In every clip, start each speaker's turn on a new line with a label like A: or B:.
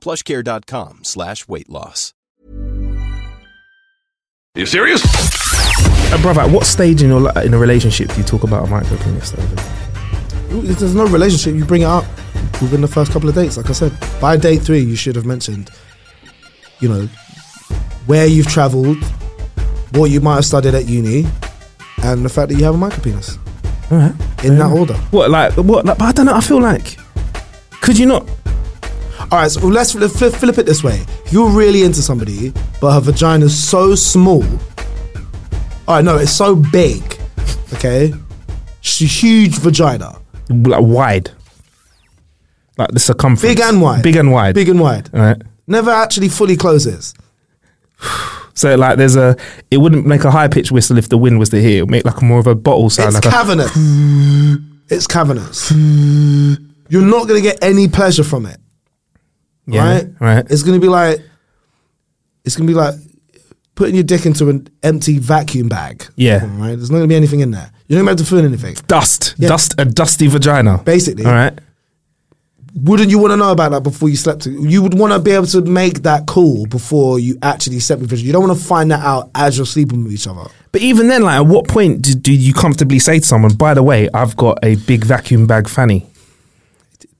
A: Plushcare.com slash weight loss.
B: You serious?
C: Uh, brother, at what stage in your li- in a relationship do you talk about a micro penis?
D: There's no relationship. You bring it up within the first couple of dates. Like I said, by day three, you should have mentioned, you know, where you've travelled, what you might have studied at uni, and the fact that you have a micro penis.
C: All right.
D: In that order.
C: What like what? Like, but I don't know. I feel like could you not?
D: All right, so let's fli- fli- flip it this way. If you're really into somebody, but her vagina's so small. All right, no, it's so big. Okay, she's a huge vagina,
C: Like wide, like the circumference,
D: big and wide,
C: big and wide,
D: big and wide.
C: All right.
D: Never actually fully closes.
C: So like, there's a. It wouldn't make a high pitched whistle if the wind was to hear. It would make like more of a bottle sound.
D: It's
C: like a,
D: cavernous. It's cavernous. You're not gonna get any pleasure from it,
C: yeah,
D: right?
C: Right.
D: It's gonna be like, it's gonna be like putting your dick into an empty vacuum bag.
C: Yeah.
D: right. There's not gonna be anything in there. You're not gonna be able to feel anything.
C: dust,
D: Yeah.
C: dust, a dusty vagina.
D: Basically.
C: All right.
D: Wouldn't you want to know about that before you slept? You would want to be able to make that call before you actually slept with each other. You don't want to find that out as you're sleeping with each other.
C: But even then, like, at what point do, do you comfortably say to someone, "By the way, I've got a big vacuum bag fanny"?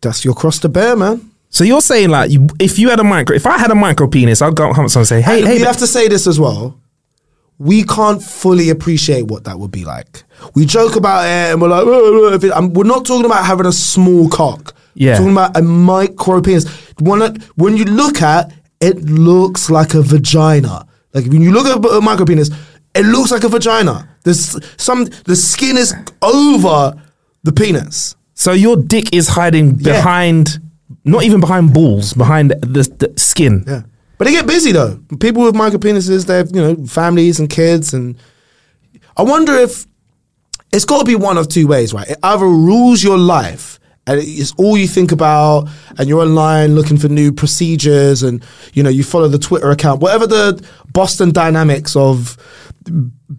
D: That's your cross to bear, man.
C: So you're saying like, you, if you had a micro, if I had a micro penis, I'd go up to someone and say, "Hey,
D: And
C: hey,
D: we have to say this as well. We can't fully appreciate what that would be like. We joke about it and we're like, "Oh, oh, if it-" I'm- we're not talking about having a small cock.
C: Yeah.
D: We're talking about a micro penis. One that when you look at it, looks like a vagina. Like when you look at a micro penis, it looks like a vagina. There's some the skin is over the penis.
C: So your dick is hiding
D: Yeah.
C: behind, not even behind balls, behind the, the skin.
D: Yeah. But they get busy though. People with micro penises, they have, you know, families and kids and I wonder if it's gotta be one of two ways, right? It either rules your life and it's all you think about and you're online looking for new procedures and you know, you follow the Twitter account, whatever the Boston dynamics of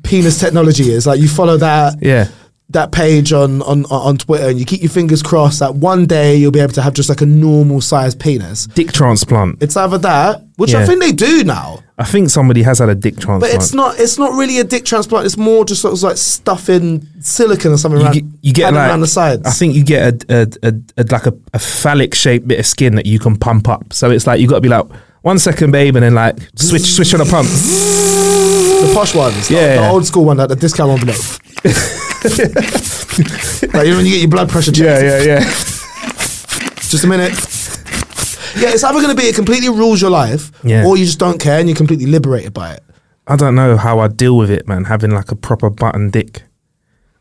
D: penis technology is, like you follow that
C: Yeah.
D: that page on, on on Twitter and you keep your fingers crossed that one day you'll be able to have just like a normal sized penis.
C: Dick transplant.
D: It's either that, which
C: Yeah.
D: I think they do now,
C: I think somebody has had a dick transplant.
D: but it's not. It's not really a dick transplant. It's more just sort of like stuffing silicon or something around,
C: You get, you get
D: padding
C: like,
D: around the sides.
C: I think you get a, a, a, a like a, a phallic shaped bit of skin that you can pump up. So it's like you got to be like one second, babe, and then like switch switch on a pump.
D: the posh ones, the-
C: Yeah.
D: the, old school one, like the discount one. Like, like you know, when you get your blood pressure checked.
C: yeah.
D: Just a minute. Yeah, it's either going to be it completely rules your life,
C: Yeah.
D: or you just don't care and you're completely liberated by it.
C: I don't know how I deal with it, man. Having like a proper button dick.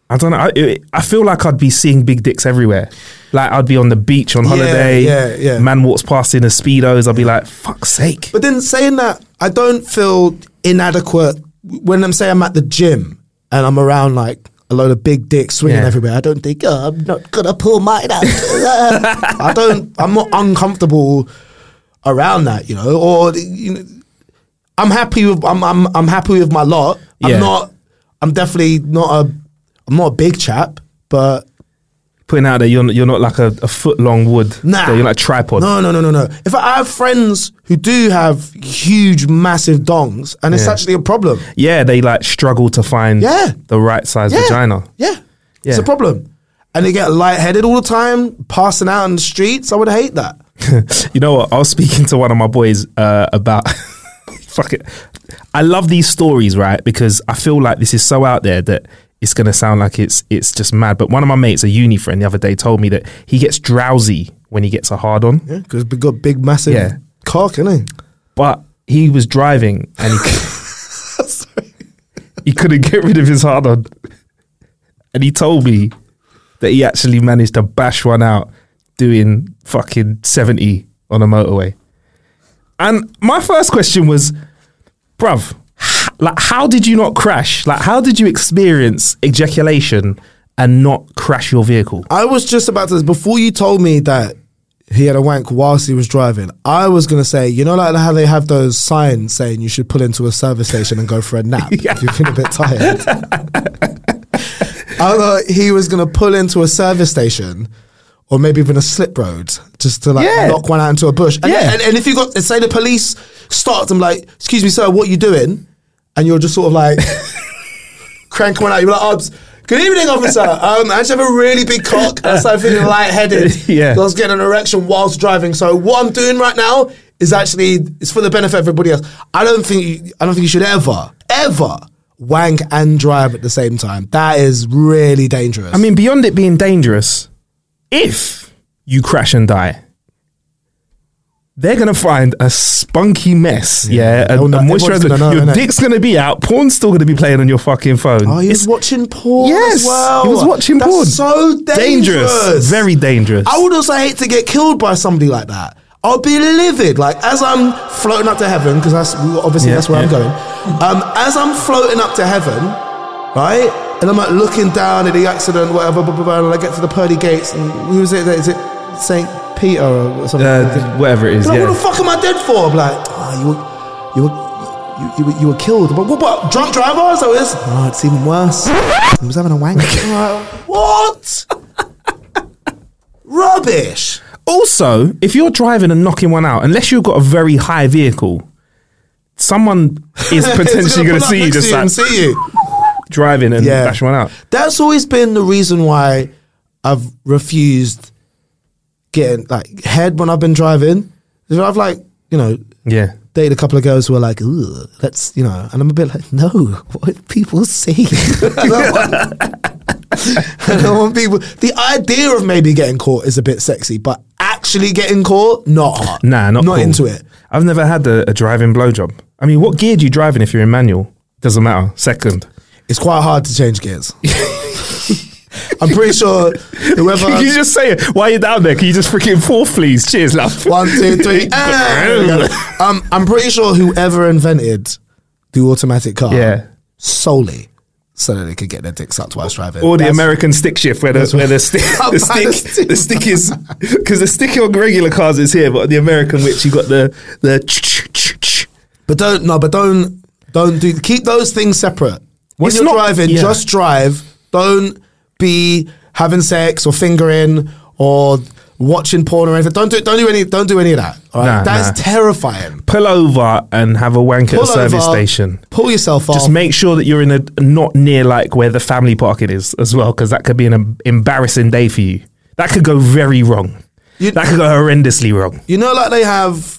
C: I don't know. I, it, I feel like I'd be seeing big dicks everywhere. Like I'd be on the beach on holiday.
D: yeah, yeah.
C: Man walks past in a speedos. I'd be like, "Fuck's sake!"
D: But then saying that, I don't feel inadequate when I'm saying I'm at the gym and I'm around like a load of big dicks swinging
C: Yeah.
D: everywhere. I don't think oh, I'm not gonna pull mine out. I don't. I'm not uncomfortable around that, you know. Or you know, I'm happy with I'm I'm I'm happy with my lot. I'm
C: Yeah.
D: not. I'm definitely not a. I'm not a big chap, but
C: Putting out that you're you're not like a, a foot long wood.
D: Nah.
C: So you're like a tripod.
D: No, no, no, no, no. In fact, I have friends who do have huge, massive dongs, and it's
C: Yeah.
D: actually a problem.
C: Yeah, they like struggle to find
D: Yeah.
C: the right size vagina.
D: Yeah. It's a
C: Yeah.
D: problem. and they get lightheaded all the time, passing out on the streets. I would hate that.
C: You know what? I was speaking to one of my boys uh, about. fuck it. I love these stories, right? Because I feel like this is so out there that it's gonna sound like it's it's just mad. But one of my mates, a uni friend, the other day told me that he gets drowsy when he gets a hard on.
D: Yeah, because we got big, massive
C: Yeah.
D: cock, innit?
C: But he was driving and he
D: Sorry.
C: he couldn't get rid of his hard on. And he told me that he actually managed to bash one out doing fucking 70 on a motorway. And my first question was, bruv, h- like, how did you not crash? Like, how did you experience ejaculation and not crash your vehicle?
D: I was just about to before you told me that he had a wank whilst he was driving. I was gonna say, you know, like how they have those signs saying you should pull into a service station and go for a nap if you've been a bit tired. I thought he was gonna pull into a service station. Or maybe even a slip road, just to like
C: Yeah.
D: knock one out into a bush. And,
C: Yeah.
D: and, and if you got, say the police stopped and like, excuse me, sir, what you doing? And you're just sort of like, crank one out. You're like, Obs, good evening, officer. Um, I just have a really big cock and I started feeling lightheaded.
C: Yeah.
D: I was getting an erection whilst driving. So what I'm doing right now is actually it's for the benefit of everybody else. I don't think you, I don't think you should ever, ever wank and drive at the same time. That is really dangerous.
C: I mean, beyond it being dangerous, if you crash and die, they're gonna find a spunky mess. Yeah, a,
D: they'll
C: a
D: know- everyone's
C: moisturizer.
D: gonna know,
C: your
D: innit?
C: dick's gonna be out. Porn's still gonna be playing on your fucking phone.
D: Oh, he
C: It's
D: was watching porn
C: Yes,
D: as well.
C: he was watching
D: That's
C: porn.
D: So
C: dangerous. very dangerous.
D: I would also hate to get killed by somebody like that. I'll be livid. Like as I'm floating up to heaven, because that's obviously
C: Yeah,
D: that's where I'm
C: yeah.
D: going. Um, as I'm floating up to heaven, right, and I'm like looking down at the accident, whatever, blah, blah, blah, and I get to the pearly gates, and who is it? Is it Saint Peter or something?
C: Uh, th- whatever it is,
D: Like,
C: yeah.
D: What the fuck am I dead for? I'm like, ah, you, were, you, were, you, you, were, you were killed. But what, what? Drunk driver? So it's, oh, it's even worse. He was having a wank. I'm like, what? Rubbish.
C: also, if you're driving and knocking one out, unless you've got a very high vehicle, someone is
D: It's
C: potentially gonna,
D: pull up
C: see you
D: next to
C: just like
D: and see you.
C: driving and
D: Yeah.
C: bash one out.
D: That's always been the reason why I've refused getting like head when I've been driving. If I've like you know
C: Yeah.
D: dated a couple of girls who are like, Ooh, let's you know, and I'm a bit like, no, what if people see? I, don't want, I don't want people. The idea of maybe getting caught is a bit sexy, but actually getting caught, not hot.
C: Nah, not
D: not
C: cool.
D: into it.
C: I've never had a, a driving blowjob. I mean, what gear do you drive in if you're in manual? Doesn't matter. Second,
D: It's quite hard to change gears. I'm pretty sure whoever
C: can you just say it? Why are you down there? Can you just freaking fourth, please? Cheers, love.
D: One, two, three. ah, and- um, I'm pretty sure whoever invented the automatic car
C: Yeah.
D: solely so that they could get their dick sucked whilst driving.
C: Or the
D: That's-
C: American stick shift where the where the stick
D: I'm
C: the
D: trying to
C: stick the stick is because the stick on regular cars is here, but the American which you got the the ch- ch- ch- ch-
D: But don't no, but don't don't do keep those things separate. When
C: It's
D: you're
C: not-
D: driving,
C: yeah.
D: just drive. Don't be having sex or fingering or watching porn or anything. Don't do don't do any don't do any of that. All right.
C: Nah,
D: that is
C: nah.
D: terrifying.
C: pull over and have a wank at
D: Pull
C: a service
D: over,
C: station.
D: Pull yourself off.
C: Just make sure that you're in a not near like where the family parking is as well, because that could be an em- embarrassing day for you. That could go very wrong.
D: You-
C: that could go horrendously wrong.
D: You know, like they have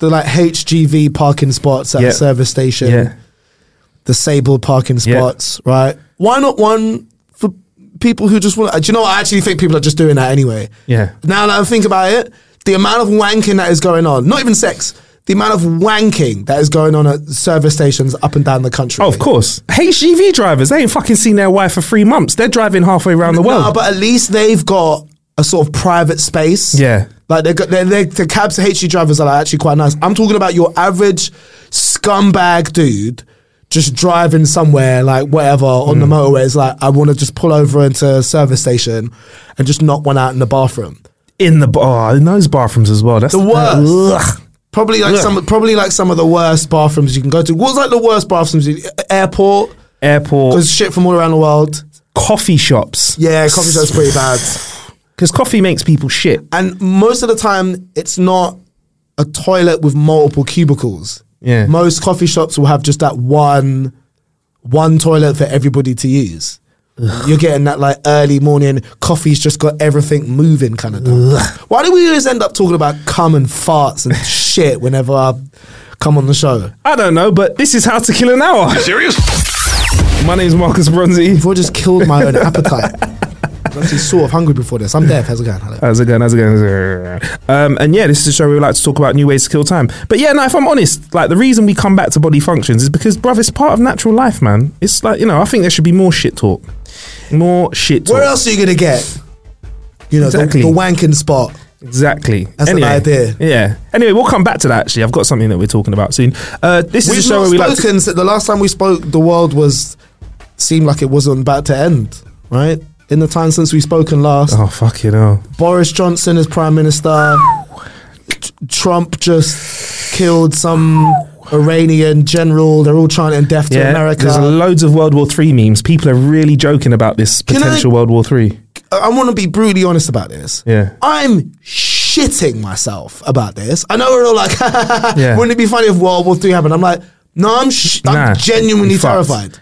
D: the like HGV parking spots at
C: Yeah.
D: a service station,
C: Yeah.
D: disabled parking
C: Yeah.
D: spots, right? Why not one for people who just want? Do you know? What? I actually think people are just doing that anyway.
C: Yeah.
D: Now that I think about it, the amount of wanking that is going on, not even sex, the amount of wanking that is going on at service stations up and down the country.
C: Oh, of course. HGV drivers, they ain't fucking seen their wife for three months. They're driving halfway around the world.
D: No, but at least they've got a sort of private space.
C: Yeah.
D: Like they got they they the cabs HG drivers are like actually quite nice. I'm talking about your average scumbag dude just driving somewhere like whatever on the motorway. It's like I want to just pull over into a service station and just knock one out in the bathroom.
C: in the bar, in those bathrooms as well. That's
D: The worst.
C: Ugh.
D: Probably like
C: Ugh.
D: some probably like some of the worst bathrooms you can go to. What's like the worst bathrooms? You, airport.
C: Airport,
D: There's shit from all around the world.
C: coffee shops.
D: Yeah, coffee shops pretty bad.
C: Because coffee makes people shit.
D: And most of the time, it's not a toilet with multiple cubicles.
C: Yeah.
D: Most coffee shops will have just that one, one toilet for everybody to use. You're getting that like early morning coffee's just got everything moving kind of. Stuff. Why do we always end up talking about cum and farts and shit whenever I come on the show?
C: I don't know, but this is how to kill an hour.
B: Serious?
C: My name's Marcus Bronzy.
D: Before I just killed my own appetite. I was actually sort of hungry before this. I'm deaf. How's it going? Hello.
C: How's it going? How's it going? How's it going? Um, and yeah, this is a show where we like to talk about new ways to kill time. But yeah, no, if I'm honest, like the reason we come back to body functions is because, bruv, it's part of natural life, man. It's like, you know, I think there should be more shit talk. More shit talk.
D: Where else are you gonna get? You know,
C: Exactly.
D: the, the wanking spot.
C: Exactly.
D: That's an idea.
C: Yeah. Anyway, we'll come back to that actually. I've got something that we're talking about soon. Uh, this
D: We've
C: is a show
D: not
C: where we like to
D: spoken. since the last time we spoke, the world was seemed like it wasn't about to end. Right in the time since we've spoken last,
C: Oh fuck you know.
D: Boris Johnson is prime minister. T- Trump just killed some Iranian general. They're all chanting death to
C: Yeah,
D: America.
C: there's
D: I
C: loads of World War Three memes. People are really joking about this
D: Can I-
C: potential World War Three.
D: want to be brutally honest about this.
C: Yeah.
D: I'm shitting myself about this. I know we're all like,
C: Yeah.
D: wouldn't it be funny if World War Three happened? I'm like, no, I'm sh-
C: Nah,
D: I'm genuinely
C: you fucked.
D: terrified.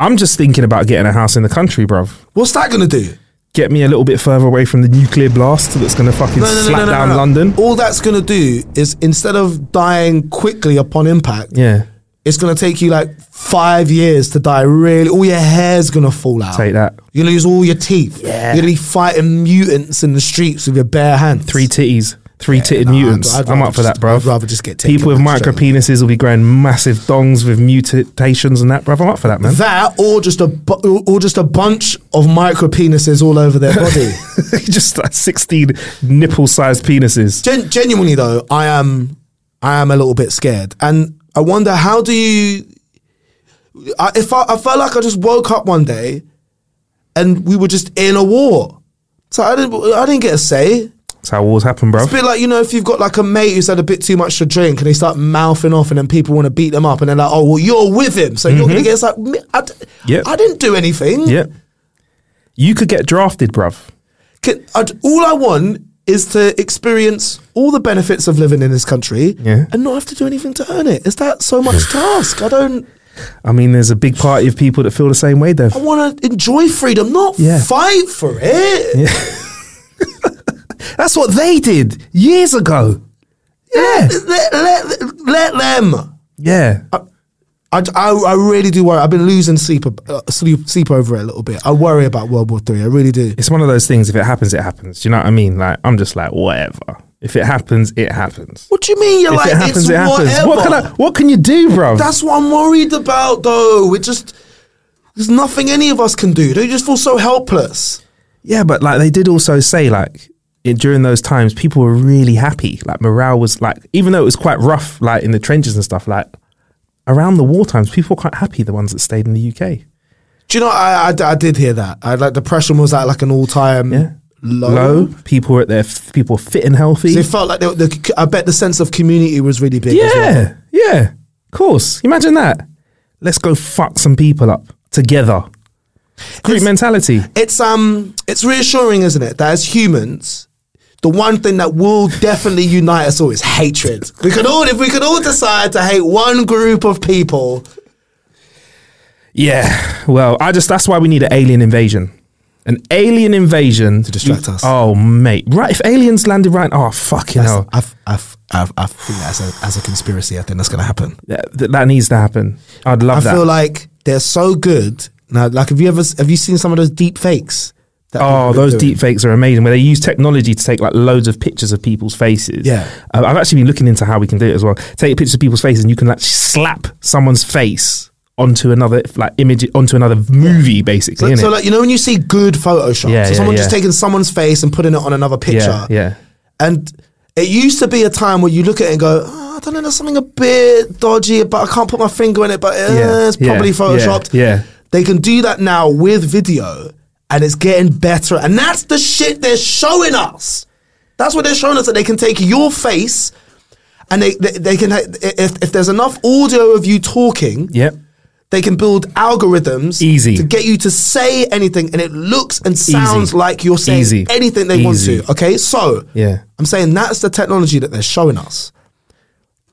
C: I'm just thinking about getting a house in the country, bruv.
D: What's that gonna do?
C: Get me a little bit further away from the nuclear blast that's going to fucking slap down London.
D: All that's gonna do is instead of dying quickly upon impact,
C: Yeah,
D: it's gonna take you like five years to die. Really, all your hair's gonna fall out.
C: take that.
D: You're gonna lose all your teeth. You're gonna be fighting mutants in the streets with your bare hands.
C: Three titties, three titted
D: Nah, I'd-
C: mutants. i
D: I'd
C: am
D: rather
C: up for that,
D: just-
C: bruv.
D: I'd rather just get taken
C: People with
D: out
C: micro
D: straight
C: penises will be growing massive dongs with mutations and that, bruv. I'm up for that, man.
D: That or just a bu- or just a bunch of micro penises all over their body.
C: just like 16 nipple-sized penises.
D: Gen- genuinely though, I am I am a little bit scared, and I wonder how do you? I, if I, I felt like I just woke up one day, and we were just in a war, so I didn't I didn't get a say.
C: That's how wars happen, bruv.
D: It's a bit like you know if you've got like a mate who's had a bit too much to drink and they start mouthing off and then people want to beat them up and they're like oh well you're with him so you're gonna get it's like "Me- I, d-
C: Yep.
D: I didn't do anything
C: Yep. You could get drafted, bruv.
D: Can, I, all I want is to experience all the benefits of living in this country
C: Yeah.
D: and not have to do anything to earn it. Is that so much task? I don't.
C: I mean, there's a big party of people that feel the same way, though.
D: I want to enjoy freedom, not
C: Yeah.
D: fight for it.
C: That's what they did years ago. Yeah.
D: Let, let, let them.
C: Yeah.
D: I, I, I really do worry. I've been losing sleep, ab- uh, sleep sleep over it a little bit. I worry about World War Three. I really do.
C: It's one of those things, if it happens, it happens. Do you know what I mean? Like, I'm just like, whatever. If it happens, it happens.
D: What do you mean? You're
C: If
D: like
C: it happens,
D: it's
C: it happens.
D: whatever.
C: What can I, what can you do, bruv?
D: That's what I'm worried about, though. It just there's nothing any of us can do. They just feel so helpless.
C: Yeah, but like they did also say like it, during those times, people were really happy. Like morale was like, even though it was quite rough, like in the trenches and stuff, like around the war times, people were quite happy. The ones that stayed in the UK,
D: Do you know? I, I, I did hear that. I like depression was at like an all time
C: Yeah.
D: low.
C: low people were at their f- people were fit and healthy.
D: They felt like they, were- the, I bet the sense of community was really big.
C: yeah,
D: as well.
C: yeah, of course. Imagine that. Let's go fuck some people up together. Group mentality.
D: it's um, it's reassuring, isn't it? That as humans, the one thing that will definitely unite us all is hatred. We could all, if we could all decide to hate one group of people,
C: Yeah. Well, I just that's why we need an alien invasion. An alien invasion to
D: distract us.
C: Oh mate, right? If aliens landed right, oh fucking
D: that's-
C: hell,
D: I've, I've, I've, I think that as a, as a conspiracy, I think that's going to happen.
C: that, that- that needs to happen. I'd love
D: I
C: that.
D: feel like they're so good now. Like, have you ever have you seen some of those deep fakes? that people
C: oh,
D: are
C: those
D: doing?
C: deep fakes are amazing. Where they use technology to take like loads of pictures of people's faces.
D: Yeah.
C: Uh, I've actually been looking into how we can do it as well. Take a picture of people's faces, and you can like slap someone's face onto another like image onto another movie, basically.
D: So,
C: innit?
D: so like you know when you see good Photoshop,
C: Yeah,
D: so
C: yeah,
D: someone
C: yeah.
D: just taking someone's face and putting it on another picture,
C: yeah, yeah.
D: and it used to be a time where you look at it and go, oh, I don't know, there's something a bit dodgy, but I can't put my finger in it, but uh,
C: Yeah,
D: it's
C: yeah,
D: probably
C: yeah,
D: photoshopped.
C: yeah.
D: they can do that now with video, and it's getting better, and that's the shit they're showing us. That's what they're showing us that they can take your face, and they they, they can ha- if if there's enough audio of you talking,
C: Yep.
D: they can build algorithms
C: Easy.
D: to get you to say anything, and it looks and sounds
C: Easy.
D: like you're saying
C: Easy.
D: anything they want
C: Easy.
D: to. Okay, so
C: Yeah.
D: I'm saying that's the technology that they're showing us.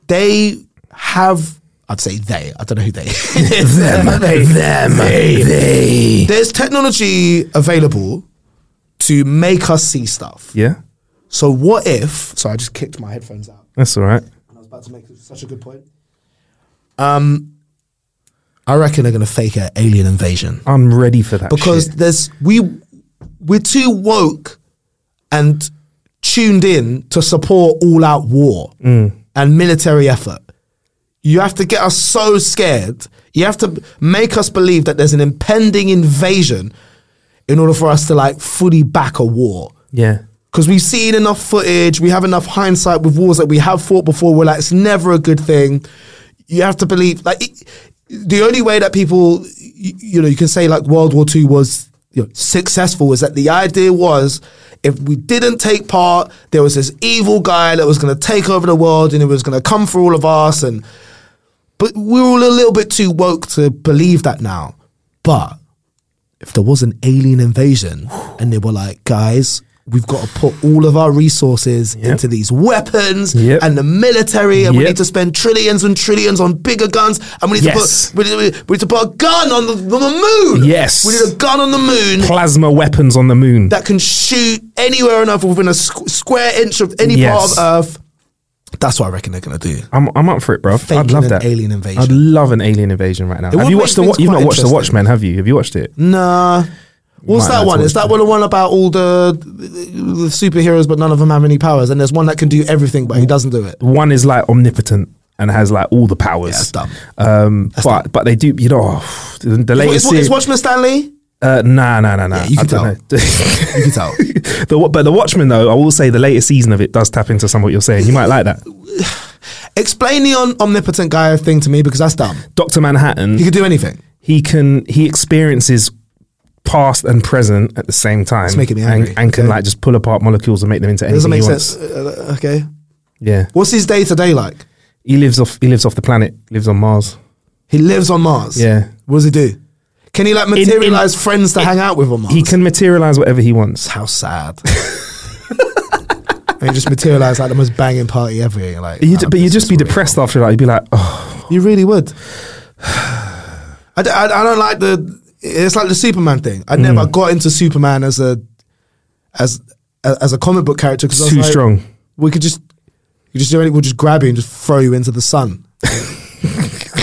D: They have. I'd say they. I don't know who they. them.
C: them. They.
D: There's technology available to make us see stuff.
C: Yeah,
D: So what if? So I just kicked my headphones out.
C: that's all right.
D: And I was about to make such a good point. Um, I reckon they're going to fake an alien invasion
C: I'm ready for that.
D: because
C: shit.
D: there's we we're too woke and tuned in to support all out war and military effort. You have to get us so scared. You have to make us believe that there's an impending invasion in order for us to like fully back a war.
C: yeah,
D: Because we've seen enough footage, we have enough hindsight with wars that we have fought before. We're like, it's never a good thing. You have to believe, like, it, the only way that people, you, you know, you can say like World War II was you know, successful is that the idea was if we didn't take part, there was this evil guy that was going to take over the world and it was going to come for all of us. And but we're all a little bit too woke to believe that now. But if there was an alien invasion and they were like, guys, we've got to put all of our resources into these weapons
C: Yep.
D: and the military, and we
C: Yep.
D: need to spend trillions and trillions on bigger guns, and we need
C: Yes.
D: to put we need, we need to put a gun on the, on the moon.
C: Yes.
D: we need a gun on the moon.
C: plasma weapons on the moon.
D: that can shoot anywhere on Earth within a squ- square inch of any
C: Yes.
D: part of Earth. That's what I reckon they're gonna do.
C: I'm, I'm up for it, bro.
D: Faking
C: I'd love
D: an
C: that
D: alien invasion.
C: I'd love an alien invasion right now.
D: would
C: have you
D: make
C: watched the?
D: things
C: Wa- you've
D: quite
C: not watched the
D: interesting.
C: Watchmen, have you? Have you watched it?
D: Nah. What's
C: Might have
D: that
C: to
D: one? Is
C: watch
D: that one the one about all the, the superheroes, but none of them have any powers? And there's one that can do everything, but he doesn't do it.
C: One is like omnipotent and has like all the powers.
D: That's dumb.
C: Um, but but they do you know the, the
D: Is,
C: latest
D: is, is
C: series.
D: Watchman Stanley?
C: uh, nah nah nah nah.
D: Yeah, you
C: I
D: can
C: don't know.
D: You can tell.
C: the, Wa- but the Watchmen though, I will say the latest season of it does tap into some of what you're saying. You might like that.
D: Explain the on, omnipotent guy thing to me because that's dumb.
C: Doctor Manhattan.
D: He could do anything.
C: he can he experiences past and present at the same time. It's
D: making me angry.
C: And, and can
D: Okay.
C: like just pull apart molecules and make them into anything
D: Doesn't
C: he
D: make
C: wants.
D: sense. Uh, okay.
C: Yeah,
D: What's his day to day like?
C: he lives off he lives off the planet. Lives on Mars.
D: He lives on Mars.
C: Yeah.
D: What does he do? Can he like
C: in-
D: materialize friends to hang out with on Mars?
C: He can materialize whatever he wants.
D: How sad. and you just materialize like the most banging party ever. You're like,
C: You'd,
D: "Nah,
C: but you'd
D: this
C: just
D: is
C: be
D: weird."
C: depressed after that. You'd be like, oh,
D: You really would. I, d- I, I don't like the. It's like the Superman thing. I never
C: Mm.
D: got into Superman as a as as a comic book character because I
C: it's
D: was
C: too
D: like,
C: strong.
D: We could just you just do anything. We'll just grab you and just throw you into the sun.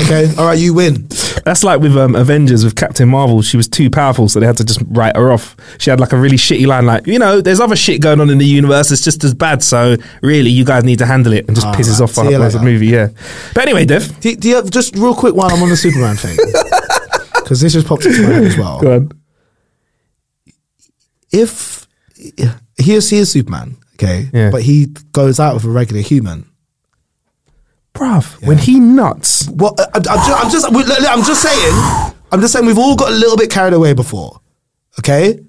D: okay, all right, you win.
C: That's like with um, Avengers with Captain Marvel. She was too powerful, so they had to just write her off. She had like a really shitty line, like you know, there's other shit going on in the universe. It's just as bad. So really, you guys need to handle it, and just pisses
D: right.
C: off
D: Ah, See
C: the
D: you
C: whole rest of the
D: later.
C: movie. Yeah. But anyway, Dev.
D: Do, do you have, just real quick while I'm on the Superman thing because this just popped into my head as well.
C: Go on.
D: If he is, he is Superman, okay,
C: Yeah.
D: but he goes out with a regular human.
C: Bruv, when he nuts,
D: Well, I, I'm, just, I'm just, we- look, look, I'm just saying, I'm just saying, we've all got a little bit carried away before, okay?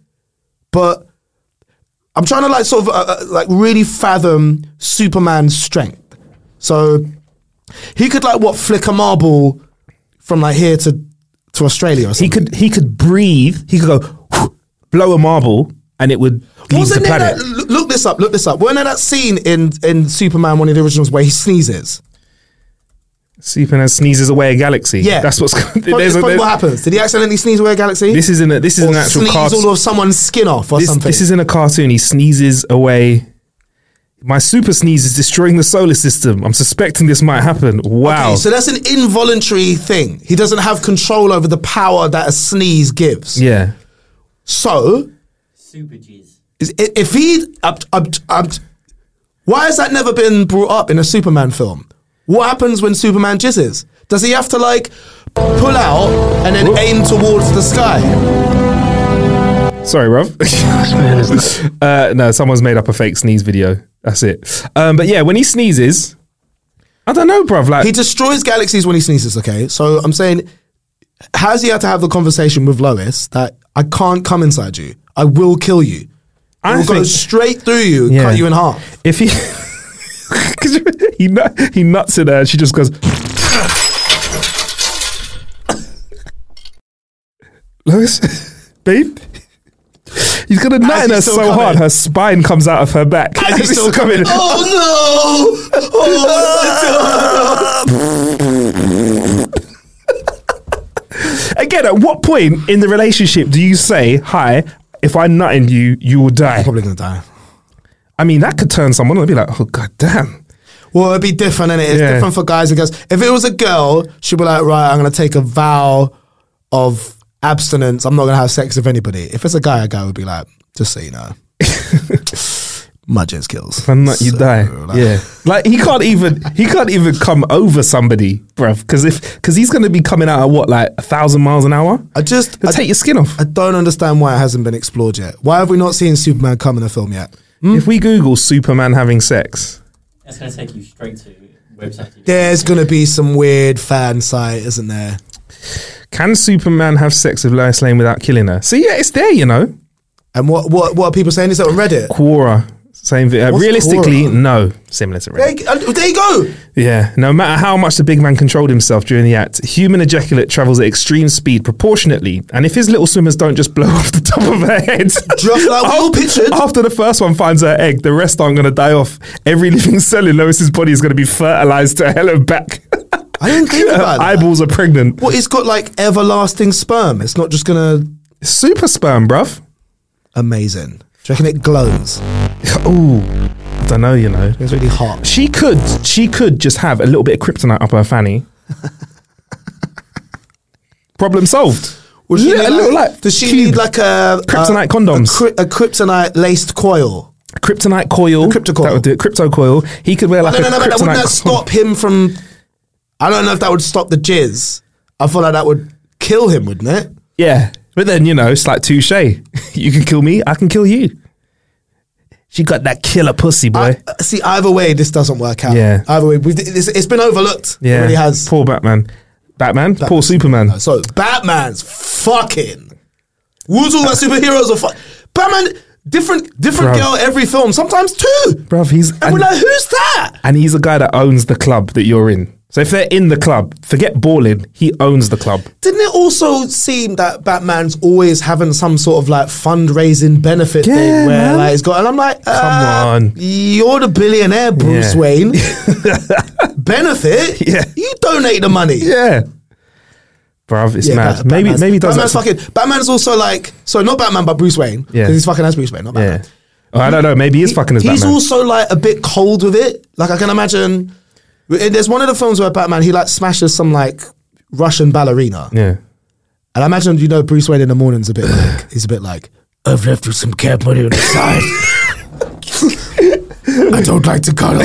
D: But I'm trying to like sort of uh, uh, like really fathom Superman's strength. So he could like what flick a marble from like here to to Australia or
C: he
D: something.
C: could he could breathe. He could go blow a marble, and it would leave the
D: Wasn't there
C: planet.
D: that, l- look this up, look this up. Wasn't there that scene in in Superman one of the originals where he sneezes?
C: Superman sneezes away a galaxy.
D: Yeah,
C: that's what's.
D: probably,
C: there's a-
D: probably
C: there's-
D: what happens. Did he accidentally sneeze away a galaxy?
C: This isn't a, this is
D: or
C: an actual
D: sneeze
C: cartoon.
D: all of someone's skin off or
C: This,
D: something.
C: this is in a cartoon. He sneezes away. My super sneeze is destroying the solar system. I'm suspecting this might happen. Wow.
D: Okay, so that's an involuntary thing. He doesn't have control over the power that a sneeze gives.
C: yeah.
D: So,
B: Super G's.
D: is- i- if he, up, up, up, why has that never been brought up in a Superman film? What happens when Superman jizzes? Does he have to like pull out and then aim towards the sky?
C: Sorry, Rob. uh, no, someone's made up a fake sneeze video. That's it. Um, but yeah, when he sneezes, I don't know, bruv. Like
D: He destroys galaxies when he sneezes. Okay, so I'm saying, has he had to have the conversation with Lois that I can't come inside you? I will kill you. I
C: I
D: will go
C: think-
D: straight through you, and
C: Yeah.
D: cut you in half.
C: if he 'Cause he nu- he nuts in her and she just goes Lois babe he's gonna nut
D: As
C: in
D: he's
C: her so
D: still coming.
C: hard her spine comes out of her back
D: As he's still
C: coming
D: Oh no! Oh my God.
C: At what point in the relationship do you say, "Hi, if I nut in you, you will die"?
D: Probably gonna die.
C: I mean, that could turn someone on and be like, "Oh god damn."
D: Well, it'd be different, and it's
C: Yeah.
D: different for guys and girls. If it was a girl, she'd be like, right, I'm gonna take a vow of abstinence. I'm not gonna have sex with anybody. If it's a guy, a guy would be like, just so you know, Mudgeons kills.
C: If I nut, you
D: So,
C: die.
D: like-
C: yeah, like he can't even he can't even come over somebody, bruv, because if because he's gonna be coming out at what like a thousand miles an hour.
D: I just,
C: He'll
D: I,
C: take your skin off.
D: I don't understand why it hasn't been explored yet. Why have we not seen Superman come in a film yet?
C: If we Google Superman having sex,
B: That's going to take you straight to website.
D: There's gonna be some weird fan site, isn't there?
C: can Superman have sex with Lois Lane without killing her? So yeah, it's there, you know.
D: And what, what, what are people saying? Is that on Reddit?
C: Quora, same. vi- Uh,
D: What's
C: realistically,
D: Quora?
C: no, similar to
D: There,
C: Reddit.
D: you- uh, there you go.
C: Yeah, no matter how much the big man controlled himself during the act, human ejaculate travels at extreme speed proportionately, and if his little swimmers don't just blow off the top of her head,
D: Just like we all pictured.
C: After the first one finds her egg, the rest aren't going to die off. Every living cell in Lois's body is going to be fertilized to hell and back.
D: I didn't think
C: Her
D: about that.
C: eyeballs are pregnant.
D: What it's got like everlasting sperm. It's not just gonna
C: Super sperm, bruv.
D: amazing. Do you reckon it glows?
C: Ooh, I don't know. You know,
D: It's really hot.
C: she could. She could just have a little bit of kryptonite up her fanny. Problem solved.
D: Would she
C: Li-
D: need,
C: a little like
D: does she
C: cube.
D: need like a
C: Kryptonite
D: a-
C: condoms.
D: A, cry- a kryptonite laced coil.
C: kryptonite coil?
D: Crypto coil.
C: That would do it. Crypto coil. He could wear like
D: No,
C: a
D: no, no, but that
C: kryptonite.
D: wouldn't that
C: coil.
D: stop him from? I don't know if that would stop the jizz. I feel like that would kill him, wouldn't it?
C: Yeah. But then, you know, it's like touche. You can kill me, I can kill you. She got that killer pussy, boy.
D: I, Uh, see, either way, this doesn't work out.
C: Yeah.
D: Either way, we've, it's, it's been overlooked. It
C: yeah.
D: really has.
C: Poor Batman. Batman? Poor Superman.
D: So Batman's fucking. We all talking about superheroes are fuck. Batman, different different
C: Bruv.
D: girl every film. Sometimes two.
C: Bruv, he's.
D: And we're
C: And,
D: like, who's that?
C: and he's a guy that owns the club that you're in. So if they're in the club, forget balling, he owns the club.
D: Didn't it also seem that Batman's always having some sort of like fundraising benefit
C: Yeah,
D: thing where
C: man.
D: like it's got, and I'm like, uh,
C: on.
D: you're the billionaire Bruce
C: Yeah.
D: Wayne. benefit?
C: Yeah.
D: you donate the money.
C: Yeah. Bruv, it's mad.
D: Bat-
C: maybe
D: Batman's-
C: maybe he does
D: Batman's
C: that. to-
D: fucking. Batman's also like, so not Batman, but Bruce Wayne.
C: Yeah.
D: because he's fucking as Bruce Wayne, not Batman.
C: yeah. Oh, I don't know. Maybe he is fucking as
D: he's
C: Batman.
D: also like a bit cold with it. Like I can imagine. There's one of the films where Batman he like smashes some like Russian ballerina,
C: yeah.
D: and I imagine you know Bruce Wayne in the morning's a bit like he's a bit like I've left you some cat money on the side. I don't like to cuddle.